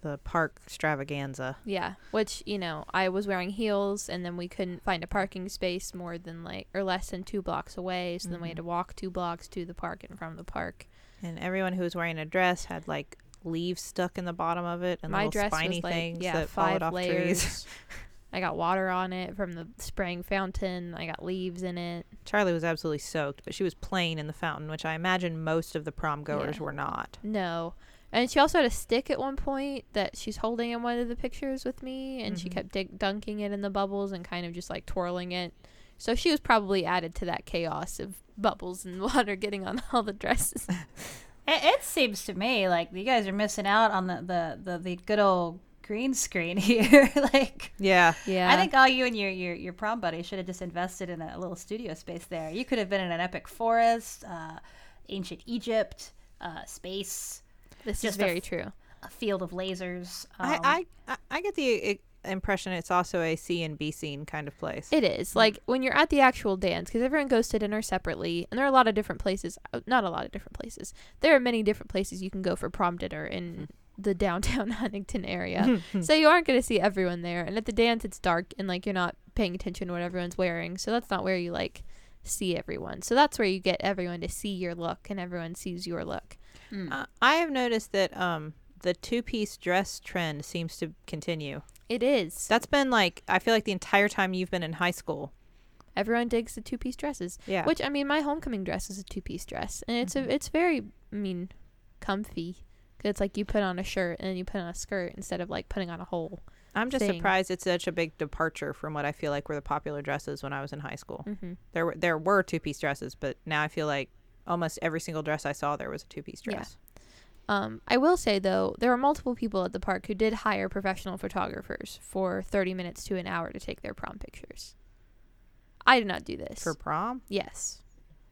S2: the park extravaganza.
S1: Yeah. Which, you know, I was wearing heels and then we couldn't find a parking space more than like, or less than two blocks away. So then we had to walk two blocks to the park and from the park.
S2: And everyone who was wearing a dress had like leaves stuck in the bottom of it and
S1: my
S2: little
S1: dress
S2: spiny
S1: was like
S2: things
S1: yeah
S2: that
S1: five
S2: followed off
S1: layers.
S2: trees. (laughs)
S1: I got water on it from the spraying fountain. I got leaves in it.
S2: Charlie was absolutely soaked, but she was playing in the fountain, which I imagine most of the prom goers
S1: Yeah.
S2: were not.
S1: No, and she also had a stick at one point that she's holding in one of the pictures with me, and
S2: Mm-hmm.
S1: she kept dig- dunking it in the bubbles and kind of just like twirling it. So she was probably added to that chaos of bubbles and (laughs) water getting on all the dresses.
S3: It, it seems to me like you guys are missing out on the, the, the, the good old green screen (laughs) here. like,
S2: Yeah.
S1: yeah,
S3: I think all you and your, your, your prom buddy should have just invested in a little studio space there. You could have been in an epic forest, uh, ancient Egypt, uh, space,
S1: this is
S3: just a
S1: very
S3: f-
S1: true.
S3: a field of lasers. um,
S2: I, I, I, I get the i- impression it's also a C and B scene kind of place.
S1: It is like when you're at the actual dance because everyone goes to dinner separately, and there are a lot of different places. uh, Not a lot of different places. There are many different places you can go for prom dinner in the downtown (laughs) Huntington area, so you aren't going to see everyone there. And at the dance, it's dark and like you're not paying attention to what everyone's wearing, so that's not where you like see everyone. So that's where you get everyone to see your look, and everyone sees your look.
S2: Uh, I have noticed that um, the two piece dress trend seems to continue.
S1: It is.
S2: That's been like, I feel like the entire time you've been in high school.
S1: Everyone digs the two piece dresses.
S2: Yeah.
S1: Which I mean, my homecoming dress is a two piece dress, and it's a it's very I mean, comfy. 'Cause it's like you put on a shirt and then you put on a skirt instead of like putting on a whole.
S2: I'm just
S1: thing.
S2: surprised it's such a big departure from what I feel like were the popular dresses when I was in high school.
S1: Mm-hmm.
S2: There were there were two piece dresses, but now I feel like almost every single dress I saw there was a two piece
S1: Yeah.
S2: dress.
S1: Um, I will say though, there were multiple people at the park who did hire professional photographers for thirty minutes to an hour to take their prom pictures. I did not do this.
S2: For prom,
S1: yes,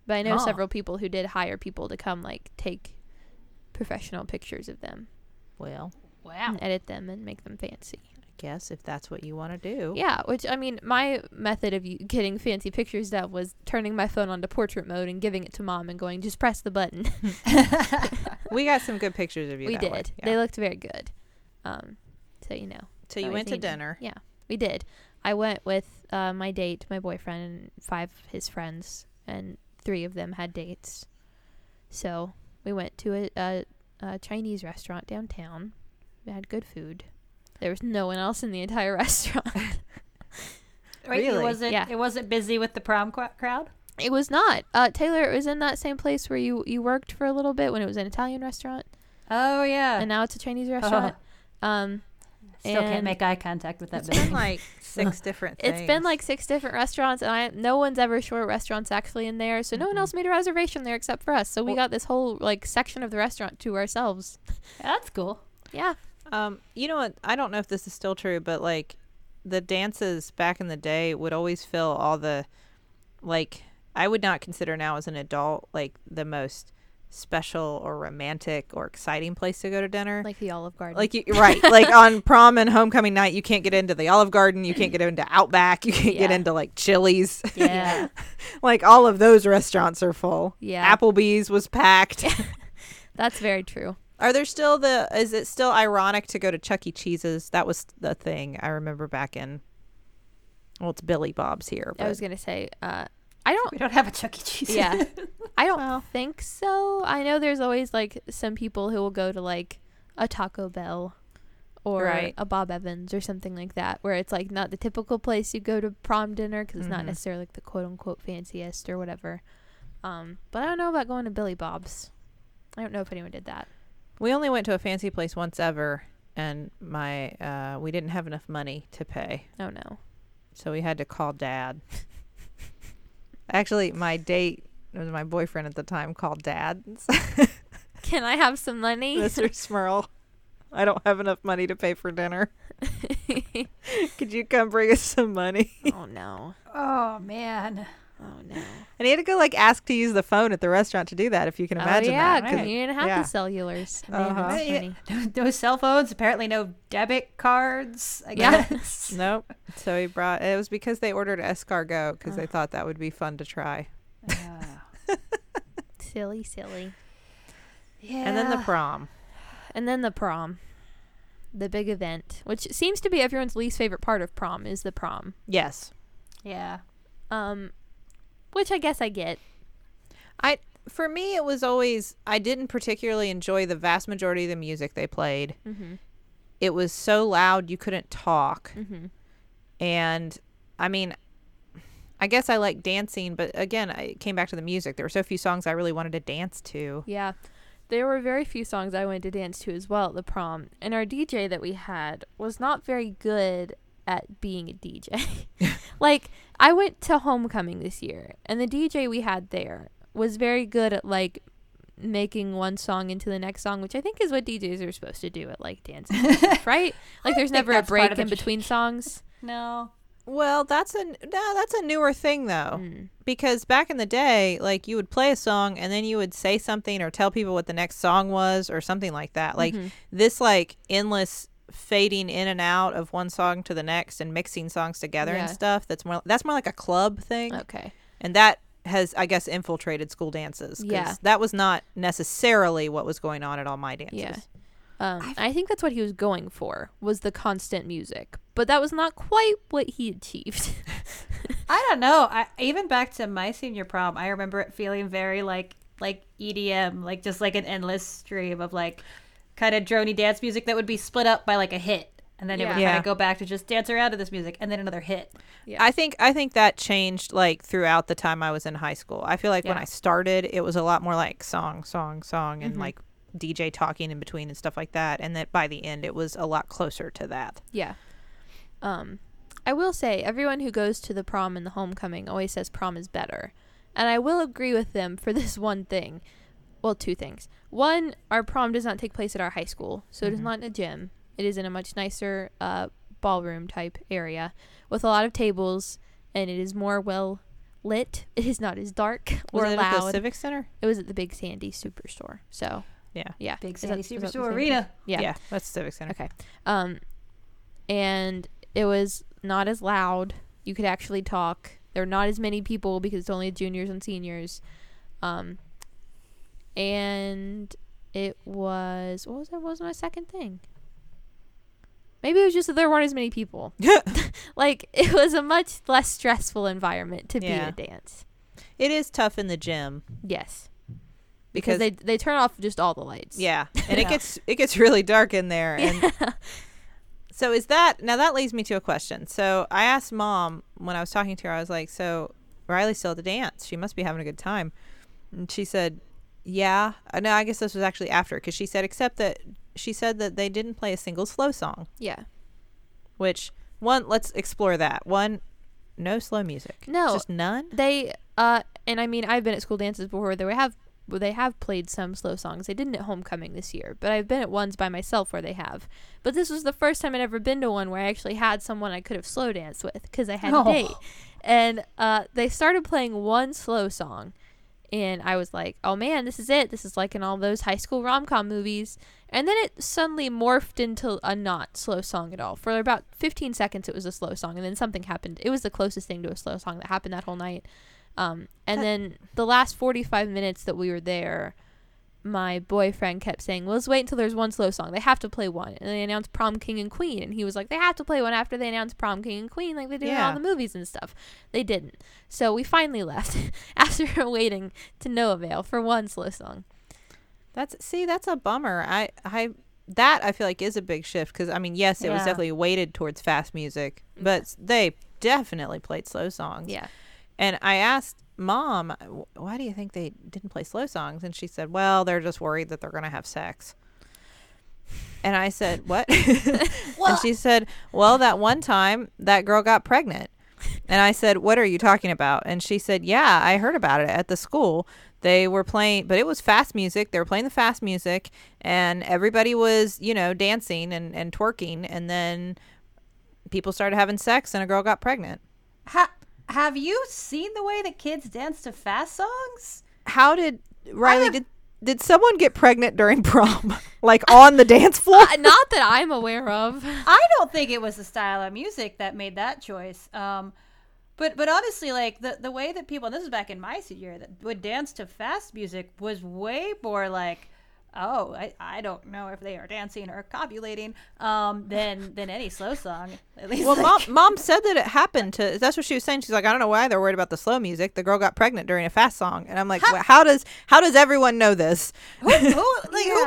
S1: but I know
S3: Oh.
S1: several people who did hire people to come like take professional pictures of them
S2: well,
S3: wow.
S1: and edit them and make them fancy.
S2: I guess if that's what you want to do,
S1: Yeah, which I mean, my method of y- getting fancy pictures done was turning my phone onto portrait mode and giving it to mom and going, just press the button.
S2: (laughs)
S1: (laughs)
S2: we got some good pictures of you.
S1: we
S2: that
S1: did.
S2: way. Yeah.
S1: They looked very good. Um, so you know,
S2: so you
S1: always
S2: went to
S1: need them. (laughs)
S2: dinner.
S1: Yeah, we did. I went with uh, my date, my boyfriend, and five of his friends, and three of them had dates. So we went to a, a, a Chinese restaurant downtown. We had good food. There was no one else in the entire (laughs) restaurant.
S3: Right,
S2: Really?
S3: It wasn't.
S1: Yeah.
S3: It wasn't busy with the prom qu- crowd.
S1: It was not. Uh, Taylor, it was in that same place where you, you worked for a little bit when it was an Italian restaurant,
S3: Oh yeah.
S1: and now it's a Chinese restaurant. Um,
S3: Still
S1: and
S3: can't make eye contact with that
S2: It's (laughs)
S3: building.
S2: been like
S1: (laughs)
S2: six different things.
S1: It's been like six different restaurants, and I no one's ever short restaurants actually in there, so no one else made a reservation there except for us. So we
S2: Well-
S1: got this whole like section of the restaurant to ourselves.
S3: That's cool.
S1: Yeah,
S2: Um, you know what? I don't know if this is still true, but like the dances back in the day would always fill all the like I would not consider now as an adult like the most special or romantic or exciting place to go to dinner.
S1: like the Olive Garden.
S2: Like you,
S1: (laughs)
S2: right, like on prom and homecoming night, you can't get into the Olive Garden, you can't get into Outback, you can't get
S1: Yeah.
S2: into like Chili's,
S1: yeah,
S2: like all of those restaurants are full.
S1: Yeah.
S2: Applebee's
S1: (laughs)
S2: was packed.
S1: that's very true.
S2: Are there still the? Is it still ironic to go to Chuck E. Cheese's? That was the thing I remember back in. Well, it's Billy Bob's here. But
S1: I was gonna say, uh, I don't
S3: We don't have a Chuck E. Cheese.
S1: Yeah.
S3: (laughs)
S1: I don't
S2: Well.
S1: think so. I know there's always like some people who will go to like a Taco Bell or
S2: Right.
S1: a Bob Evans or something like that, where it's like not the typical place you go to prom dinner because it's
S2: Mhm.
S1: not necessarily like the quote unquote fanciest or whatever. Um, but I don't know about going to Billy Bob's. I don't know if anyone did that.
S2: we only went to a fancy place once ever, and my uh, we didn't have enough money to pay,
S1: Oh no. (laughs)
S2: so we had to call Dad. (laughs) Actually, my date it was my boyfriend at the time called Dad.
S1: Can I have some
S2: (laughs)
S1: money? (laughs)
S2: Mr. Smurl, I don't have enough money to pay for
S1: (laughs)
S2: dinner. Could you come bring us some money?
S1: oh no.
S3: Oh man.
S1: Oh no.
S2: And he had to go like ask to use the phone at the restaurant to do that. If you can imagine
S1: oh yeah,
S2: that.
S1: because
S2: 'cause-
S1: you didn't have
S2: yeah.
S1: the cellulars. Man,
S2: Uh-huh.
S1: that's
S3: Yeah.
S1: funny.
S3: No, no cell phones. Apparently, no debit cards. I
S1: Yeah.
S3: guess.
S2: (laughs) Nope. So he brought. It was because they ordered escargot because they
S1: Uh.
S3: Ugh.
S2: thought that would be fun to try.
S3: Ah.
S1: Silly, silly.
S3: yeah.
S2: And then the prom.
S1: And then the prom. The big event, which seems to be everyone's least favorite part of prom is the prom.
S2: Yes.
S3: yeah.
S1: Um which I guess I get.
S2: I for me it was always I didn't particularly enjoy the vast majority of the music they played.
S1: Mhm.
S2: It was so loud you couldn't talk,
S1: Mhm.
S2: and I mean. I guess I like dancing, but again, I it came back to the music. There were so few songs I really wanted to dance to.
S1: Yeah. There were very few songs I went to dance to as well at the prom, and our DJ that we had was not very good at being a
S3: (laughs)
S1: DJ. (laughs) like, I went to homecoming this year, and the DJ we had there was very good at like making one song into the next song, which I think is what DJs are supposed to do at like
S3: (laughs)
S1: dances, right? Like, there's
S3: think
S1: never a
S3: that's part
S1: break
S3: of
S1: in
S3: it. (laughs)
S1: between songs.
S3: No.
S2: Well, that's a no, that's a newer thing though.
S1: Mm.
S2: Because back in the day, like you would play a song and then you would say something or tell people what the next song was or something like that. Like this like endless fading in and out of one song to the next and mixing songs together and
S1: Yeah.
S2: stuff. That's more that's more like a club thing.
S1: Okay.
S2: And that has I guess infiltrated school dances 'cause
S1: Yeah.
S2: that was not necessarily what was going on at all my dances.
S1: Yeah. Um, I think that's what he was going for was the constant music, but that was not quite what he achieved.
S3: I don't know. I even back to my senior prom, I remember it feeling very like like EDM, like just like an endless stream of like kind of drony dance music that would be split up by like a hit. And then it would
S1: Yeah.
S3: kind
S2: Yeah.
S3: of go back to just dance around to this music and then another hit.
S2: I think I think that changed like throughout the time I was in high school. I feel like when
S3: Yeah.
S2: I started, it was a lot more like song, song, song,
S1: Mm-hmm.
S2: and like DJ talking in between and stuff like that. And that by the end, it was a lot closer to that.
S1: yeah. Um, I will say everyone who goes to the prom and the homecoming always says prom is better, and I will agree with them for (laughs) this one thing. Well, two things. One, our prom does not take place at our high school, so it is not in a gym. It is in a much nicer uh, ballroom type area with a lot of tables, and it is more well lit. (laughs) It is not as dark
S2: Was
S1: or
S2: it at the
S1: loud.
S2: Civic Center?
S1: It was at the Big Sandy Superstore. So
S2: Yeah.
S1: yeah,
S3: Big
S1: Is that-
S3: Sandy
S1: is that the
S3: Superstore
S1: same
S3: Arena.
S1: thing?
S2: yeah,
S1: Yeah.
S2: that's Civic Center.
S1: Okay. Um, and it was not as loud. You could actually talk. There were not as many people because it's only juniors and seniors. Um, and it was what was that? What was my second thing? Maybe it was just that there weren't as many people. like (laughs) it was a much less stressful environment to
S2: Yeah.
S1: be in a dance.
S2: (laughs) It is tough in the gym
S1: Yes, because
S2: because,
S1: they they turn off just all the lights.
S2: yeah, and it
S3: Yeah.
S2: gets it gets really dark in there. And So is that now that leads me to a question. So I asked mom when I was talking to her, I was like, So Riley's still at the dance. She must be having a good time. And she said, Yeah. Uh, No, I guess this was actually after because she said, except that she said that they didn't play a single slow song.
S1: yeah.
S2: Which one? Let's explore that one. No slow music.
S1: No.
S2: just none.
S1: They uh and I mean I've been at school dances before where they have where they have played some slow songs. They didn't at homecoming this year, but I've been at ones by myself where they have. But this was the first time I'd ever been to one where I actually had someone I could have slow danced with because I had
S3: Oh.
S1: a date. And uh, they started playing one slow song, and I was like, "Oh man, this is it! This is like in all those high school rom com movies." And then it suddenly morphed into a not slow song at all. For about 15 seconds, it was a slow song, and then something happened. It was the closest thing to a slow song that happened that whole night. Um, and
S2: That-
S1: then the last 45 minutes that we were there, my boyfriend kept saying, well, let's wait until there's one slow song. They have to play one. And they announced Prom King and Queen. And he was like, they have to play one after they announce Prom King and Queen, like they do in
S2: Yeah.
S1: all the movies and stuff. They didn't. So we finally left (laughs) after waiting to no avail for one slow song.
S2: That's see, that's a bummer. I I that I feel like is a big shift because I mean, yes, it was
S3: Yeah.
S2: definitely weighted towards fast music, but s- they definitely played slow songs.
S1: Yeah.
S2: And I asked mom, "Wh- why do you think they didn't play slow songs? And she said, well, they're just worried that they're going to have sex. And I said, what? (laughs) and she said, well, that one time that girl got pregnant. And I said, what are you talking about? And she said, yeah, I heard about it at the school. They were playing, but it was fast music. They were playing the fast music, and everybody was, you know, dancing and, and twerking. And then people started having sex, and a girl got pregnant.
S3: Ha- have you seen the way that kids dance to fast songs?
S2: how did Riley
S3: have-
S2: did did someone get pregnant during prom? (laughs) like on the dance floor?
S1: Uh, Not that I'm aware of.
S3: I don't think it was the style of music that made that choice. Um, but but honestly, like the the way that people and this is back in my senior year that would dance to fast music was way more like. Oh, I, I don't know if they are dancing or copulating um, (laughs) than than any slow song. At
S2: (laughs)
S3: least,
S2: well,
S3: like-
S2: mom, mom said that it happened to. That's what she was saying. She's like, I don't know why they're worried about the slow music. The girl got pregnant during a fast song, and I'm like, well, how does how does everyone know (laughs) this?
S3: (laughs) who like
S1: Yeah.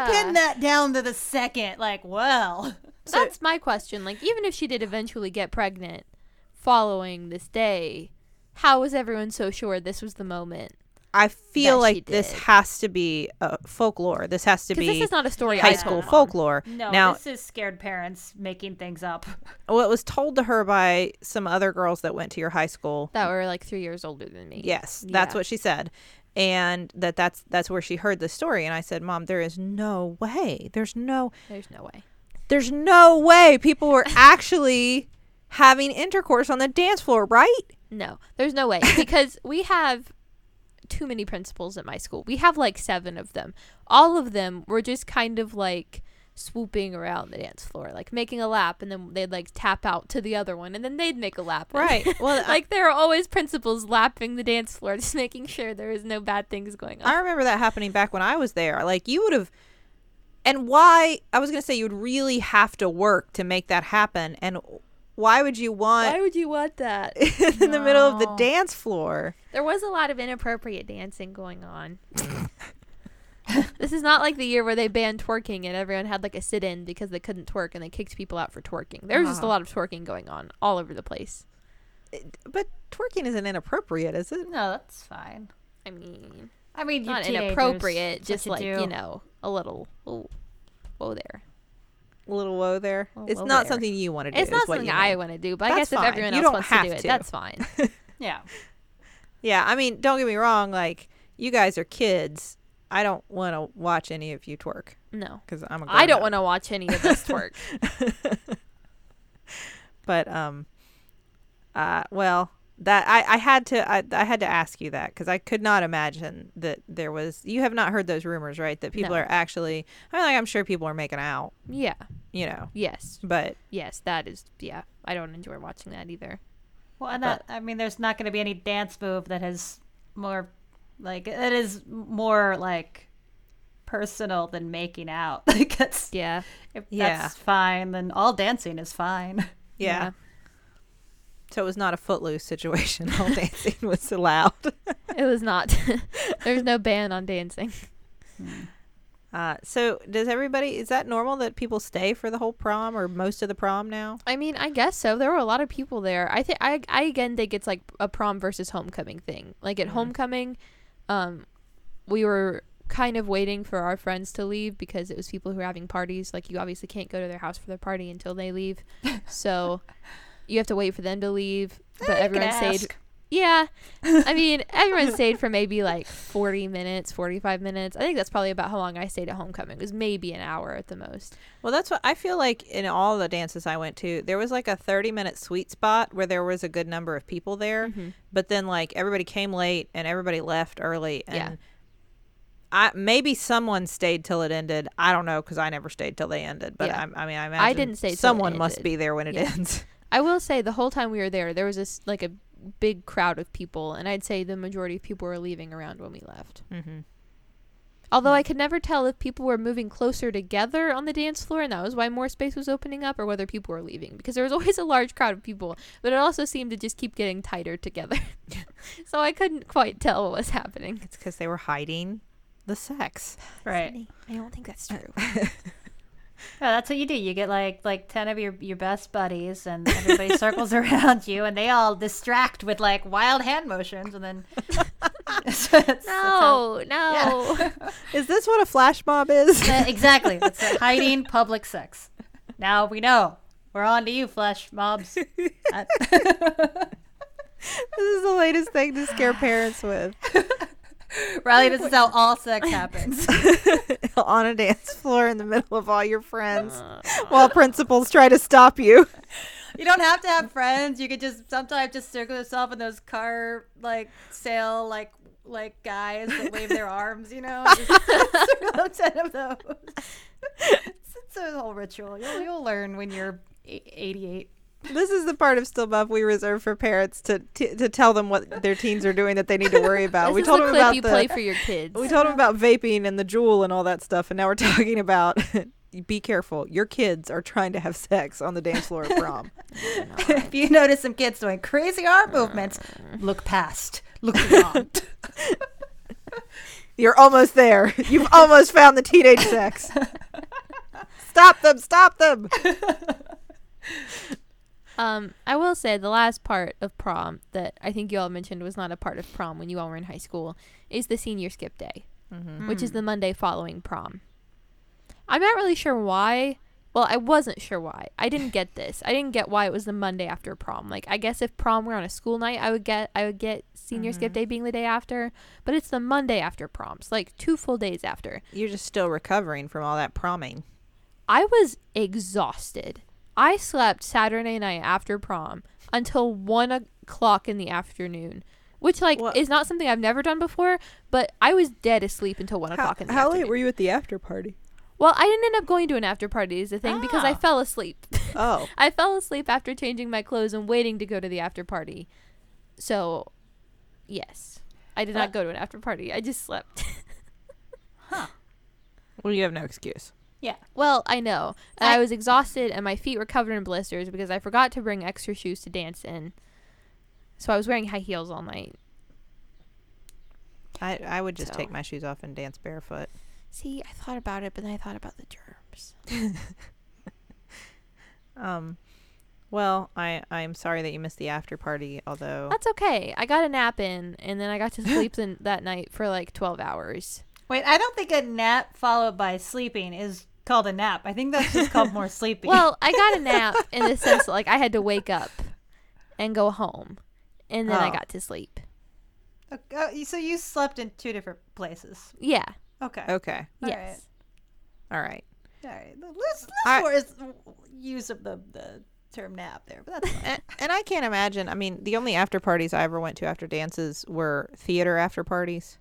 S3: who pinned that down to the second? Like, well,
S1: (laughs) That's my question. Like, even if she did eventually get pregnant following this day, how was everyone so sure this was the moment?
S2: I feel
S1: That she
S2: like this
S1: did.
S2: has to be uh, folklore. This has to be
S1: Because this is not a story
S2: high
S1: I
S2: school
S1: school.
S2: folklore.
S3: (laughs) no,
S2: now,
S3: this is scared parents making things up.
S2: well, it was told to her by some other girls that went to your high school.
S1: that were like three years older than me.
S2: Yes, that's
S1: Yeah.
S2: what she said. And that that's that's where she heard the story and I said, "Mom, there is no way. There's no
S1: There's no way.
S2: there's no way people were actually having intercourse on the dance floor, right?"
S1: No, there's no way because we have too many principals at my school. We have like seven of them. All of them were just kind of like swooping around the dance floor, like making a lap, and then they'd like tap out to the other one, and then they'd make a lap. (laughs)
S2: Right. (laughs) Well, I-
S1: like there are always principals lapping the dance floor, just making sure there is no bad things going on.
S2: I remember that happening back when I was there. Like you would have and why I was going to say you would really have to work to make that happen and why would you want
S1: would you want that?
S2: (laughs) in the middle of the
S3: No.
S2: dance floor?
S1: There was a lot of inappropriate dancing going on. (laughs) this is not like the year where they banned twerking and everyone had like a sit in because they couldn't twerk and they kicked people out for twerking. There was just a
S2: Uh-huh.
S1: lot of twerking going on all over the place.
S2: But twerking isn't inappropriate, is it?
S3: No, that's fine.
S1: I mean,
S3: I mean, you
S1: not
S3: teenagers,
S1: inappropriate,
S3: what
S1: just like,
S3: do.
S1: you know, a little. Ooh, whoa there.
S2: A little woe there.
S1: Well,
S2: it's
S1: whoa
S2: not
S1: there.
S2: something you want to do.
S1: It's
S2: is
S1: not
S2: what
S1: something
S2: you
S1: I
S2: mean.
S1: want to do, but I
S2: That's
S1: guess
S2: fine.
S1: if everyone
S2: You
S1: else
S2: don't
S1: wants
S2: have
S1: to do it,
S2: to.
S1: that's fine.
S3: Yeah.
S2: Yeah, I mean, don't get me wrong. Like, you guys are kids. I don't want to watch any of you twerk
S1: No.
S2: because I'm a
S1: I don't
S2: grown-up.
S1: want to watch any of this twerk.
S2: But um, uh, well, that I I had to I, I had to ask you that because I could not imagine that there was. You have not heard those rumors, right? That people
S1: No.
S2: are actually. I mean, like, I'm sure people are making out.
S1: yeah.
S2: You know,
S1: Yes.
S2: but
S1: Yes. That is, yeah. I don't enjoy watching that either.
S3: Well, and that I mean, there's not going to be any dance move that has more, like, that is more like personal than making out. (laughs) Like that's
S1: Yeah.
S3: if
S2: Yeah.
S3: that's fine, then all dancing is fine. (laughs)
S2: yeah. So it was not a footloose situation. (laughs) All dancing was allowed.
S1: It was not. (laughs) There's no ban on dancing.
S2: Uh, so does everybody? Is that normal that people stay for the whole prom or most of the prom now?
S1: I mean, I guess so. There were a lot of people there. I think I, I again think it's Mm-hmm. like a prom versus homecoming thing. Like at homecoming, um, we were kind of waiting for our friends to leave because it was people who were having parties. Like you obviously can't go to their house for their party until they leave, (laughs) so you have to wait for them to leave. But everyone stayed. Yeah, I (laughs) mean everyone stayed for maybe like forty minutes, forty five minutes. I think that's probably about how long I stayed at homecoming. It was maybe an hour at the most.
S2: Well, that's what I feel like in all the dances I went to, there was like a 30 minute sweet spot where there was a good number of people there, but then like everybody came late and everybody left early and
S1: Yeah.
S2: I maybe someone stayed till it ended. I don't know cuz I never stayed till they ended, but
S1: Yeah.
S2: I, I mean I imagine
S1: didn't stay till it
S2: someone must
S1: ended.
S2: be there when it
S1: Yeah.
S2: (laughs) ends.
S1: I will say the whole time we were there, there was this like a big crowd of people, and I'd say the majority of people were leaving around when we left.
S2: Mhm.
S1: Although I could never tell if people were moving closer together on the dance floor, and that was why more space was opening up, or whether people were leaving because there was (laughs) always a large crowd of people, but it also seemed to just keep getting tighter
S2: (laughs)
S1: together. (laughs) so I couldn't quite tell what was happening.
S2: It's cuz they were hiding the sex.
S3: Right.
S1: I don't think that's
S2: Uh, (laughs)
S1: true.
S3: Oh, that's what you do. You get like like ten of your your best buddies, and
S1: (laughs)
S3: everybody circles around you, and they all distract with like wild hand motions,
S1: (laughs)
S3: and then (laughs) It's- it's-
S1: no, no. (laughs)
S3: (laughs)
S2: Is this what a flash mob (laughs) is?
S3: that's how- Uh, exactly. That's it. hiding public sex. Now we know. We're on to you, flesh mobs.
S2: (laughs)
S3: Uh, (laughs)
S2: this is the latest thing to scare
S1: (laughs)
S2: parents with
S3: Riley, this is how all sex happens.
S2: on a dance floor in the middle of all your friends
S1: Uh.
S2: while principals try to stop you.
S3: You don't have to have friends. You could just sometimes just circle yourself in those car like sale like like guys that wave their arms. You know, just circle up ten of those. It's, it's a whole ritual. You'll, you'll learn when you're e- 88.
S2: This is the part of Still Buff we reserve for parents to, to to tell them what their teens are doing that they need to worry about.
S1: This
S2: Uh, we
S1: is
S2: told
S1: the
S2: them
S1: clip
S2: about
S1: you
S2: the
S1: play for
S2: (laughs)
S1: your kids.
S2: we told them about vaping and the jewel and all that stuff, and now we're (laughs) talking about be careful. Your kids are trying to have sex on the dance floor at prom.
S3: If you notice some kids doing crazy arm movements, look past, look beyond.
S2: You're almost there. (laughs) You've almost found the teenage (laughs) sex. Stop them! Stop them!
S1: Um, I will say the last part of prom that I think you all mentioned was not a part of prom when you all were in high school is the senior skip day, which is the Monday following prom. I'm not really sure why. Well, I wasn't sure why. I didn't get this. I didn't get why it was the Monday after prom. Like, I guess if prom were on a school night, I would get I would get senior skip day being the day after, but it's the Monday after proms, like two full days after.
S2: You're just still recovering from all that proming.
S1: I was exhausted. I slept Saturday night after prom until one o'clock in the afternoon, which like
S2: What-
S1: is not something I've never done before. But I was dead asleep until one o'clock in the afternoon.
S2: you at the after party?
S1: well, I didn't end up going to an after party is the thing because I
S2: Ah.
S1: fell asleep.
S2: Oh,
S1: (laughs) I fell asleep after changing my clothes and waiting to go to the after party. So, yes, I did not go to an after party. I just slept.
S2: well, you have no excuse.
S3: Yeah.
S1: Well, I know. And I,
S3: I-
S1: was exhausted and my feet were covered in blisters because I forgot to bring extra shoes to dance in. So I was wearing high heels all night.
S2: I I would just
S1: So.
S2: take my shoes off and dance barefoot.
S1: See, I thought about it, but then I thought about the germs.
S2: Um, well, I I'm sorry that you missed the after party. Although
S1: That's okay. I got a nap in and then I got to sleep (gasps) in that night for like 12 hours.
S3: Wait, I don't think a nap followed by sleeping is called a nap. I think that's just called more (laughs) sleeping.
S1: Well, I got a (laughs) nap in the sense that like I had to wake up and go home and then I
S2: Oh.
S1: got to sleep.
S3: Okay, oh, you- so you slept in two different places.
S1: Yeah.
S3: Okay.
S2: okay,
S3: All
S1: yes.
S3: right.
S2: all right.
S3: All right. Let's, let's
S2: I-
S3: for his use of the, the term nap there, but that's fine.
S2: And, and I can't imagine. I mean, the only after parties I ever went to after dances were theater after parties.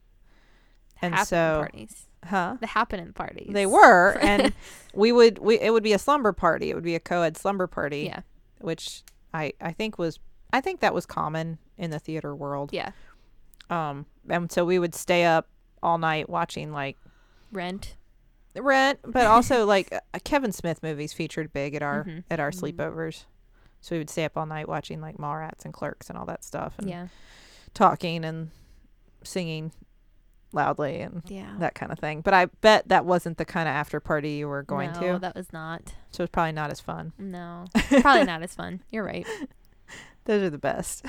S2: And
S1: Happening
S2: so,
S1: parties.
S2: huh?
S1: The happening parties.
S2: They were,
S1: (laughs)
S2: and we would we it would be a slumber party. It would be a co-ed slumber party.
S1: Yeah.
S2: which I I think was I think that was common in the theater world.
S1: Yeah.
S2: Um, and so we would stay up all night watching like
S1: Rent.
S2: Rent, but
S1: (laughs)
S2: also like uh, Kevin Smith movies featured big at our
S1: Mm-hmm.
S2: at our sleepovers. So we would stay up all night watching like Mallrats and Clerks and all that stuff, and
S1: Yeah.
S2: talking and singing loudly and
S1: Yeah.
S2: that kind of thing. But I bet that wasn't the kind of after party you were going
S1: no,
S2: to,
S1: that was not.
S2: so it's probably not as fun.
S1: No, probably not as fun. You're right.
S2: Those are the best.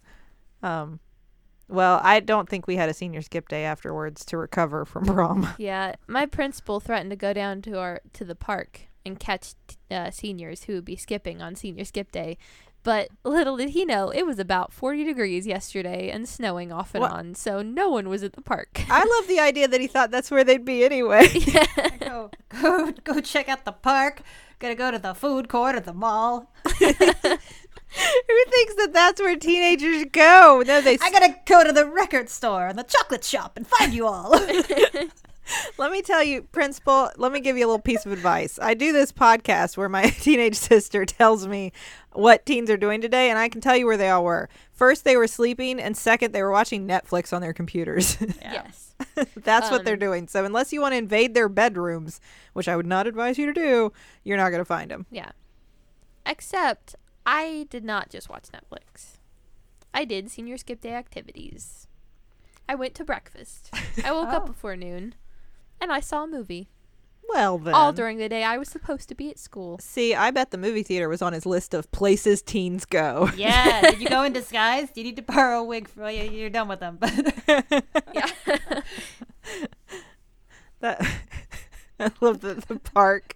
S2: (laughs) um, Well, I don't think we had a senior skip day afterwards to recover from (laughs) prom.
S1: Yeah, my principal threatened to go down to our to the park and catch t- uh, seniors who would be skipping on senior skip day. But little did he know, it was about 40 degrees yesterday and snowing off and
S2: What?
S1: on, so no one was at the park. (laughs)
S2: I love the idea that he thought that's where they'd be anyway.
S3: go, go, go check out the park. Gotta go to the food court at the mall.
S2: (laughs) Who thinks that that's where teenagers go? No, they.
S3: (laughs) I gotta go to the record store and the chocolate shop and find you all.
S2: Let me tell you, principal, let me give you a little piece of advice. I do this podcast where my (laughs) teenage sister tells me what teens are doing today, and I can tell you where they all were. First, they were sleeping, and second, they were watching Netflix on their computers. (laughs)
S1: Yes.
S2: That's what
S1: Um,
S2: they're doing. So, unless you want to invade their bedrooms, which I would not advise you to do, you're not going to find them.
S1: Yeah. Except I did not just watch Netflix. I did senior skip day activities. I went to breakfast. I woke up
S3: Oh.
S1: before noon and I saw a movie.
S2: Well, then.
S1: All during the day I was supposed to be at
S2: (laughs)
S1: school.
S2: See, I bet the movie theater was on his list of places
S1: (laughs)
S2: teens go.
S3: (laughs) yeah, did you (laughs) go in disguise? Do you need to borrow a wig? For, well, you- you're done with them. (laughs) But
S1: Yeah. (laughs)
S2: That (laughs) I love the, the park.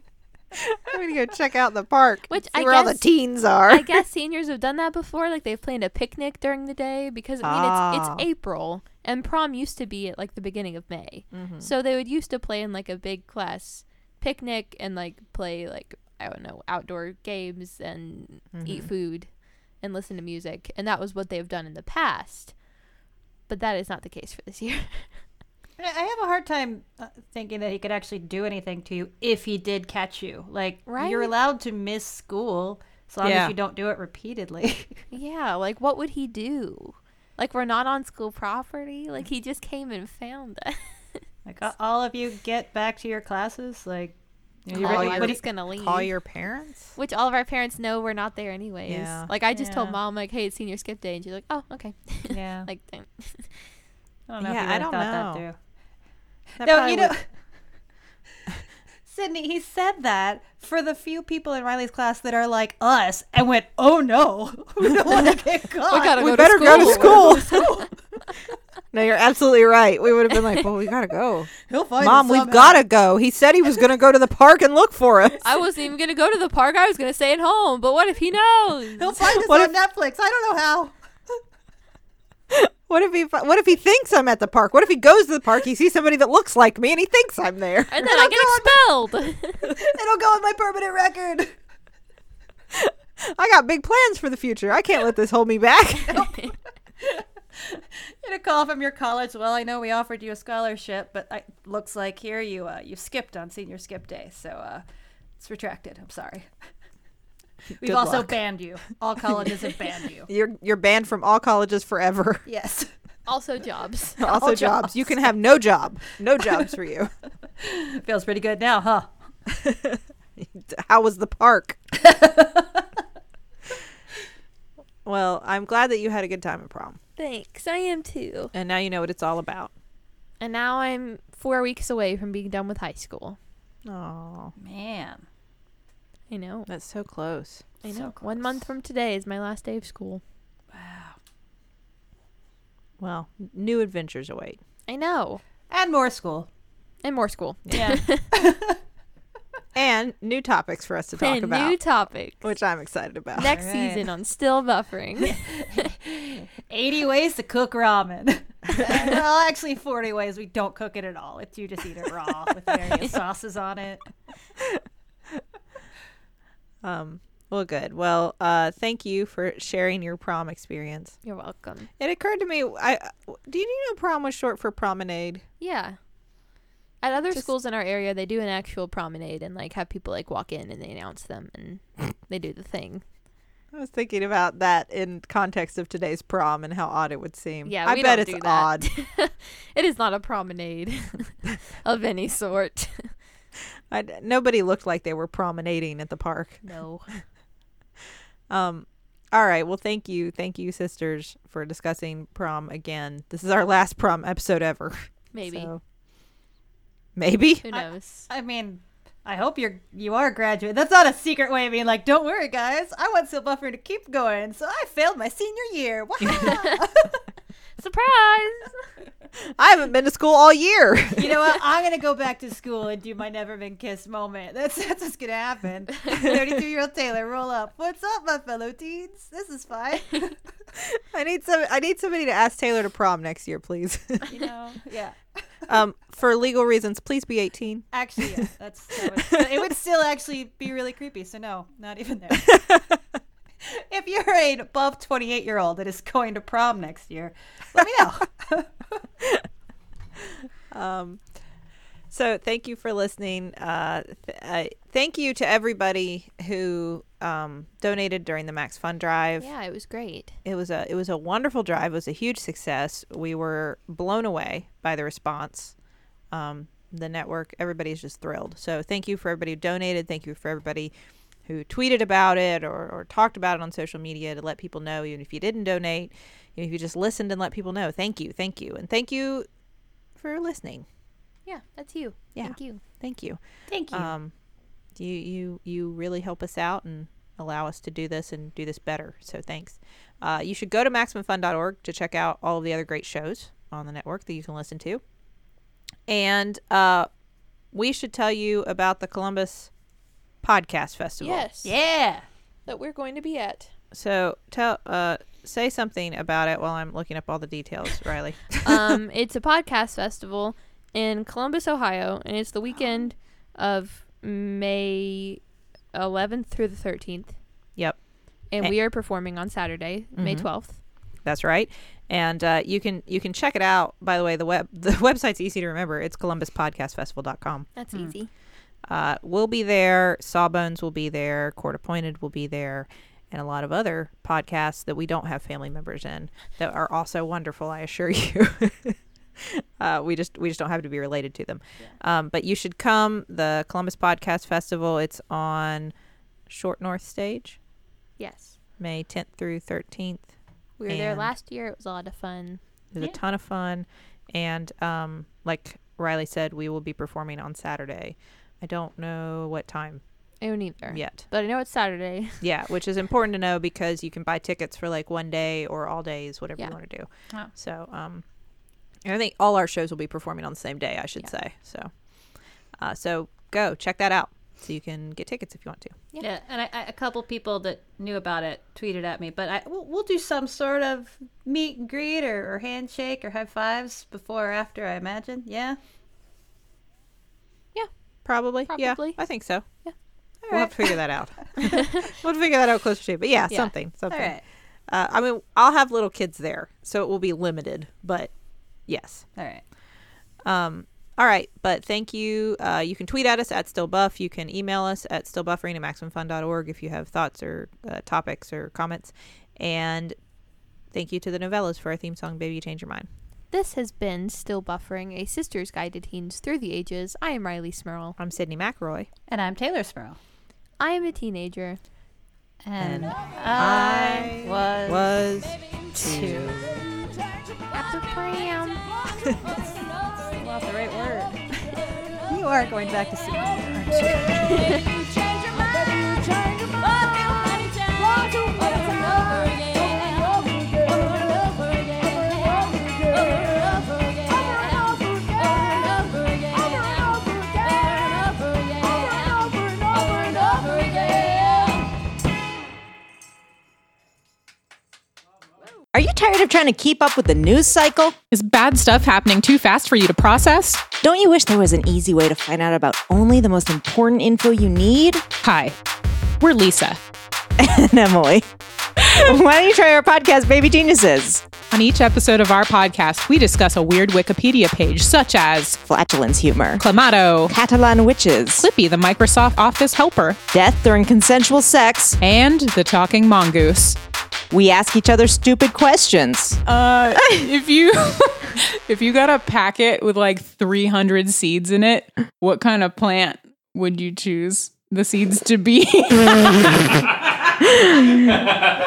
S2: I'm gonna go check out the park.
S1: Which
S2: see
S1: I
S2: where all the
S1: guess-
S2: teens are.
S1: I guess seniors have done that before. Like they've planned a picnic during the day because I mean
S2: Ah.
S1: it's it's April and prom used to be at like the beginning of May,
S2: Mm-hmm.
S1: so they would used to play in like a big class picnic and like play like I don't know outdoor games and
S2: Mm-hmm.
S1: eat food and listen to music, and that was what they've done in the past. But that is not the case for this year. (laughs)
S3: I I have a hard time uh, thinking that he could actually do anything to you if he did catch you. Like, you're
S1: Right?
S3: allowed to miss school as long
S2: Yeah.
S3: as you don't do it repeatedly. (laughs)
S1: yeah, like what would he do? Like we're not on school property. Like he just came and found us.
S3: like, a- all of you get back to your classes. Like, (laughs) you
S1: Oh,
S2: ready-
S1: I
S2: what
S1: was gonna leave.
S2: Call your parents.
S1: Which all of our parents know we're not there anyways.
S2: Yeah.
S1: Like I just told
S3: Yeah.
S1: mom like, "Hey, it's senior skip day," and she's like, "Oh, okay."
S3: Yeah.
S1: (laughs) like, dang.
S3: I don't know
S2: Yeah,
S3: if
S2: I
S3: you
S2: don't
S3: don't thought
S2: know.
S3: that through.
S2: That
S3: no,
S2: probably
S3: you know,
S2: would-
S3: (laughs) Sydney, he said that for the few people in Riley's class that are like us and went, oh no, (laughs) we don't want to get
S1: (laughs)
S3: caught.
S1: gotta
S2: (laughs) we
S1: go to
S2: better go to
S1: school. (laughs)
S2: school. (laughs) no, you're absolutely right. We would have been like, "Well, we gotta
S1: (laughs)
S2: go,
S3: He'll find
S2: Mom.
S3: us
S2: We've
S3: somehow."
S2: gotta go." He said he was gonna go to the park and look for us.
S1: I wasn't even gonna go to the park. I was gonna stay at home. But what if he (laughs) knows?
S2: (laughs)
S3: He'll find us
S2: What
S3: on Netflix. I don't know how. (laughs)
S2: What if he? fi- What if he thinks I'm at the park? What if he goes to the park? He sees somebody that looks like me, and he thinks
S1: (laughs)
S2: I'm there. (laughs)
S1: and then I get expelled.
S3: It'll go on my permanent record.
S2: I got big plans for the future. I can't let this hold me
S1: (laughs)
S2: back.
S3: Get a call from your college. Well, I know we offered you a scholarship, but I, looks like here you uh, you skipped on senior skip day, so uh, it's retracted. I'm sorry.
S2: Good
S3: We've also
S2: luck.
S3: banned you. All colleges have
S2: (laughs)
S3: banned you.
S2: (laughs) You're you're banned from all colleges forever. (laughs)
S3: Yes.
S1: (laughs)
S3: (laughs)
S1: also (laughs) jobs.
S2: also jobs. You can have no job. No jobs
S1: (laughs)
S2: for you.
S3: Feels pretty good now, huh?
S2: How was
S1: (laughs)
S2: the park? well, I'm glad that you had a good time at prom.
S1: Thanks. I am too.
S2: And now you know what it's all about.
S1: And now I'm four weeks away from being done with high school.
S2: Oh,
S3: Man.
S1: I know.
S2: that's so close.
S1: I
S3: So
S1: know.
S3: close.
S1: One month from today is my last day of school.
S3: Wow.
S2: Well, new adventures await.
S1: I know.
S3: And more school.
S1: And more school.
S3: (laughs) Yeah.
S2: And new topics for us to talk
S1: and
S2: about,
S1: new topic.
S2: which I'm excited about.
S1: Next
S3: All right.
S1: season on Still (laughs) Buffering.
S3: 80 ways to cook ramen. (laughs) well, actually, 40 ways we don't cook it at all. It's you just eat it raw with various sauces on it.
S2: Um, well, good. Well, uh, thank you for sharing your prom experience.
S1: You're welcome.
S2: It occurred to me, I do you know prom was short for promenade?
S1: Yeah. At other
S2: Just-
S1: schools in our area, they do an actual promenade and like have people like walk in and they announce them and they do the thing.
S2: I was thinking about that in context of today's prom and how odd it would seem.
S1: Yeah,
S2: I
S1: we
S2: bet
S1: don't
S2: it's
S1: do that.
S2: odd.
S1: It is not a (laughs) promenade of any sort.
S2: I d nobody looked like they were promenading at the park.
S1: No.
S2: Um, all right. Well, thank you, thank you, sisters, for discussing prom again. This is our last prom episode ever.
S1: (laughs) Maybe.
S2: so- Maybe.
S1: Who
S3: I-
S1: knows?
S3: I mean, I hope you're you are graduating. That's not a secret way of being like, don't worry, guys. I want Silk Buffer to keep going, so I failed my senior year. Wow.
S1: (laughs) Surprise! (laughs)
S2: I haven't been to school all year.
S3: You know what? I'm gonna go back to school and do my never been kissed moment. That's that's what's gonna happen. Thirty-two year old Taylor, roll up. What's up, my fellow teens? This
S1: (laughs)
S3: is fine.
S2: I need some. I need somebody to ask Taylor to prom next year, please. (laughs)
S3: You know, yeah.
S2: um, for legal reasons, please be eighteen.
S3: Actually, (laughs) yeah, that's that would, but it would still actually be really creepy. So no, not even (laughs) there. if you're an above 28 year old that is going to prom next year, let me know.
S2: Um, so thank you for listening. Uh, th- uh, thank you to everybody who um, donated during the Max Fund Drive.
S1: Yeah, it was great.
S2: It was a it was a wonderful drive. It was a huge success. We were blown away by the response. Um, the network, everybody's just thrilled. So thank you for everybody who donated. Thank you for everybody who tweeted about it or, or talked about it on social media to let people know. Even if you didn't donate, even if you just listened and let people know, thank you, thank you, and thank you for listening.
S1: Yeah, that's you.
S2: Yeah.
S1: Thank you.
S2: Thank you.
S3: Thank you.
S2: Um, you you you really help us out and allow us to do this and do this better. So thanks. Uh, you should go to maximumfun.org to check out all of the other great shows on the network that you can listen to. And uh, we should tell you about the Columbus Podcast Festival.
S1: Yes.
S3: (laughs) yeah.
S1: That we're going to be at.
S2: So tell uh, say something about it while I'm looking up all the details,
S3: (laughs)
S2: Riley.
S1: um, (laughs) it's a podcast festival in Columbus, Ohio, and it's the weekend of May 11th through the 13th.
S2: Yep.
S1: And
S2: Eh.
S1: we are performing on Saturday, May
S2: Mhm.
S1: 12th.
S2: That's right. And uh, you can you can check it out. By the way, the web (laughs) the website's easy to remember. It's columbuspodcastfestival.com.
S1: That's
S3: Hmm.
S1: easy.
S2: Uh, we'll be there. Sawbones will be there. Court Appointed will be there, and a lot of other podcasts that we don't have family members in that are also wonderful. I assure (laughs) you. Uh, we just we just don't have to be related to them, um, but you should come. The Columbus Podcast Festival. It's on Short North Stage,
S1: Yes.
S2: May 10th through 13th.
S1: We were there
S2: And-
S1: last year. It was a lot of fun.
S2: It was
S3: Yeah.
S2: a ton of fun. And um, like Riley said, we will be performing on Saturday. I don't know what time
S1: I don't either.
S2: yet.
S1: Oh, But I know it's Saturday. (laughs)
S2: Yeah, which is important to know because you can buy tickets for like one day or all days, whatever
S1: Yeah.
S2: you want to do.
S3: Oh.
S2: So, um, and I think all our shows will be performing on the same day, I should
S1: Yeah.
S2: say. So, uh, so go check that out so you can get tickets if you want to.
S1: Yeah.
S3: Yeah, and I, I, a couple people that knew about it tweeted at me, but I we'll, we'll do some sort of meet and greet or, or handshake or high fives before or after, I imagine. Yeah,
S2: Probably. Yeah,
S1: Probably.
S2: I think so.
S1: Yeah.
S2: We'll
S3: All
S2: have to figure that out. we'll figure that out closer to you. But yeah,
S1: Yeah.
S2: something. Something.
S3: all right,
S2: Uh, I mean, I'll have little kids there, so it will be limited, but yes.
S3: all right.
S2: Um, all right, but thank you. Uh, you can tweet at us at stillbuff. You can email us at stillbuffering at maximumfun.org if you have thoughts or uh, topics or comments. And thank you to the novellas for our theme song, Baby You Change Your Mind.
S1: This has been Still Buffering, a sister's guide to teens through the ages. I am Riley Smurl.
S2: I'm Sydney McRoy.
S3: And I'm Taylor Sproul,
S1: I am a teenager.
S2: And
S3: and, I,
S2: I
S3: was,
S2: Was
S3: two. Not the right word. you are going back to school.
S4: Are you tired of trying to keep up with the news cycle?
S5: Is bad stuff happening too fast for you to process?
S4: Don't you wish there was an easy way to find out about only the most important info you need? (laughs)
S5: Hi, we're Lisa.
S4: And Emily, why don't you try our podcast, Baby Geniuses?
S5: On each episode of our podcast, we discuss a weird Wikipedia page such as
S4: Flatulence humor,
S5: Clamato,
S4: Catalan witches,
S5: Clippy, the Microsoft Office helper,
S4: death during consensual sex.
S5: and the talking mongoose.
S4: We ask each other stupid questions.
S5: Uh, if you (laughs) if you got a packet with like 300 seeds in it, what kind of plant would you choose the seeds to be?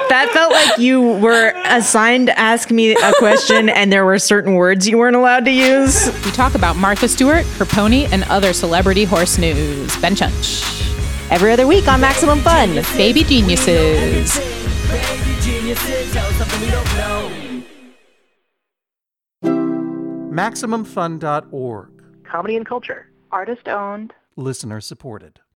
S4: That felt like you were assigned to ask me a question and there were certain words you weren't allowed to use.
S5: we talk about Martha Stewart, her pony, and other celebrity horse news. Ben Chunch.
S4: Every other week on Maximum Fun.
S5: Baby geniuses.
S6: MaximumFun.org.
S7: Comedy and culture.
S8: Artist owned.
S6: Listener supported.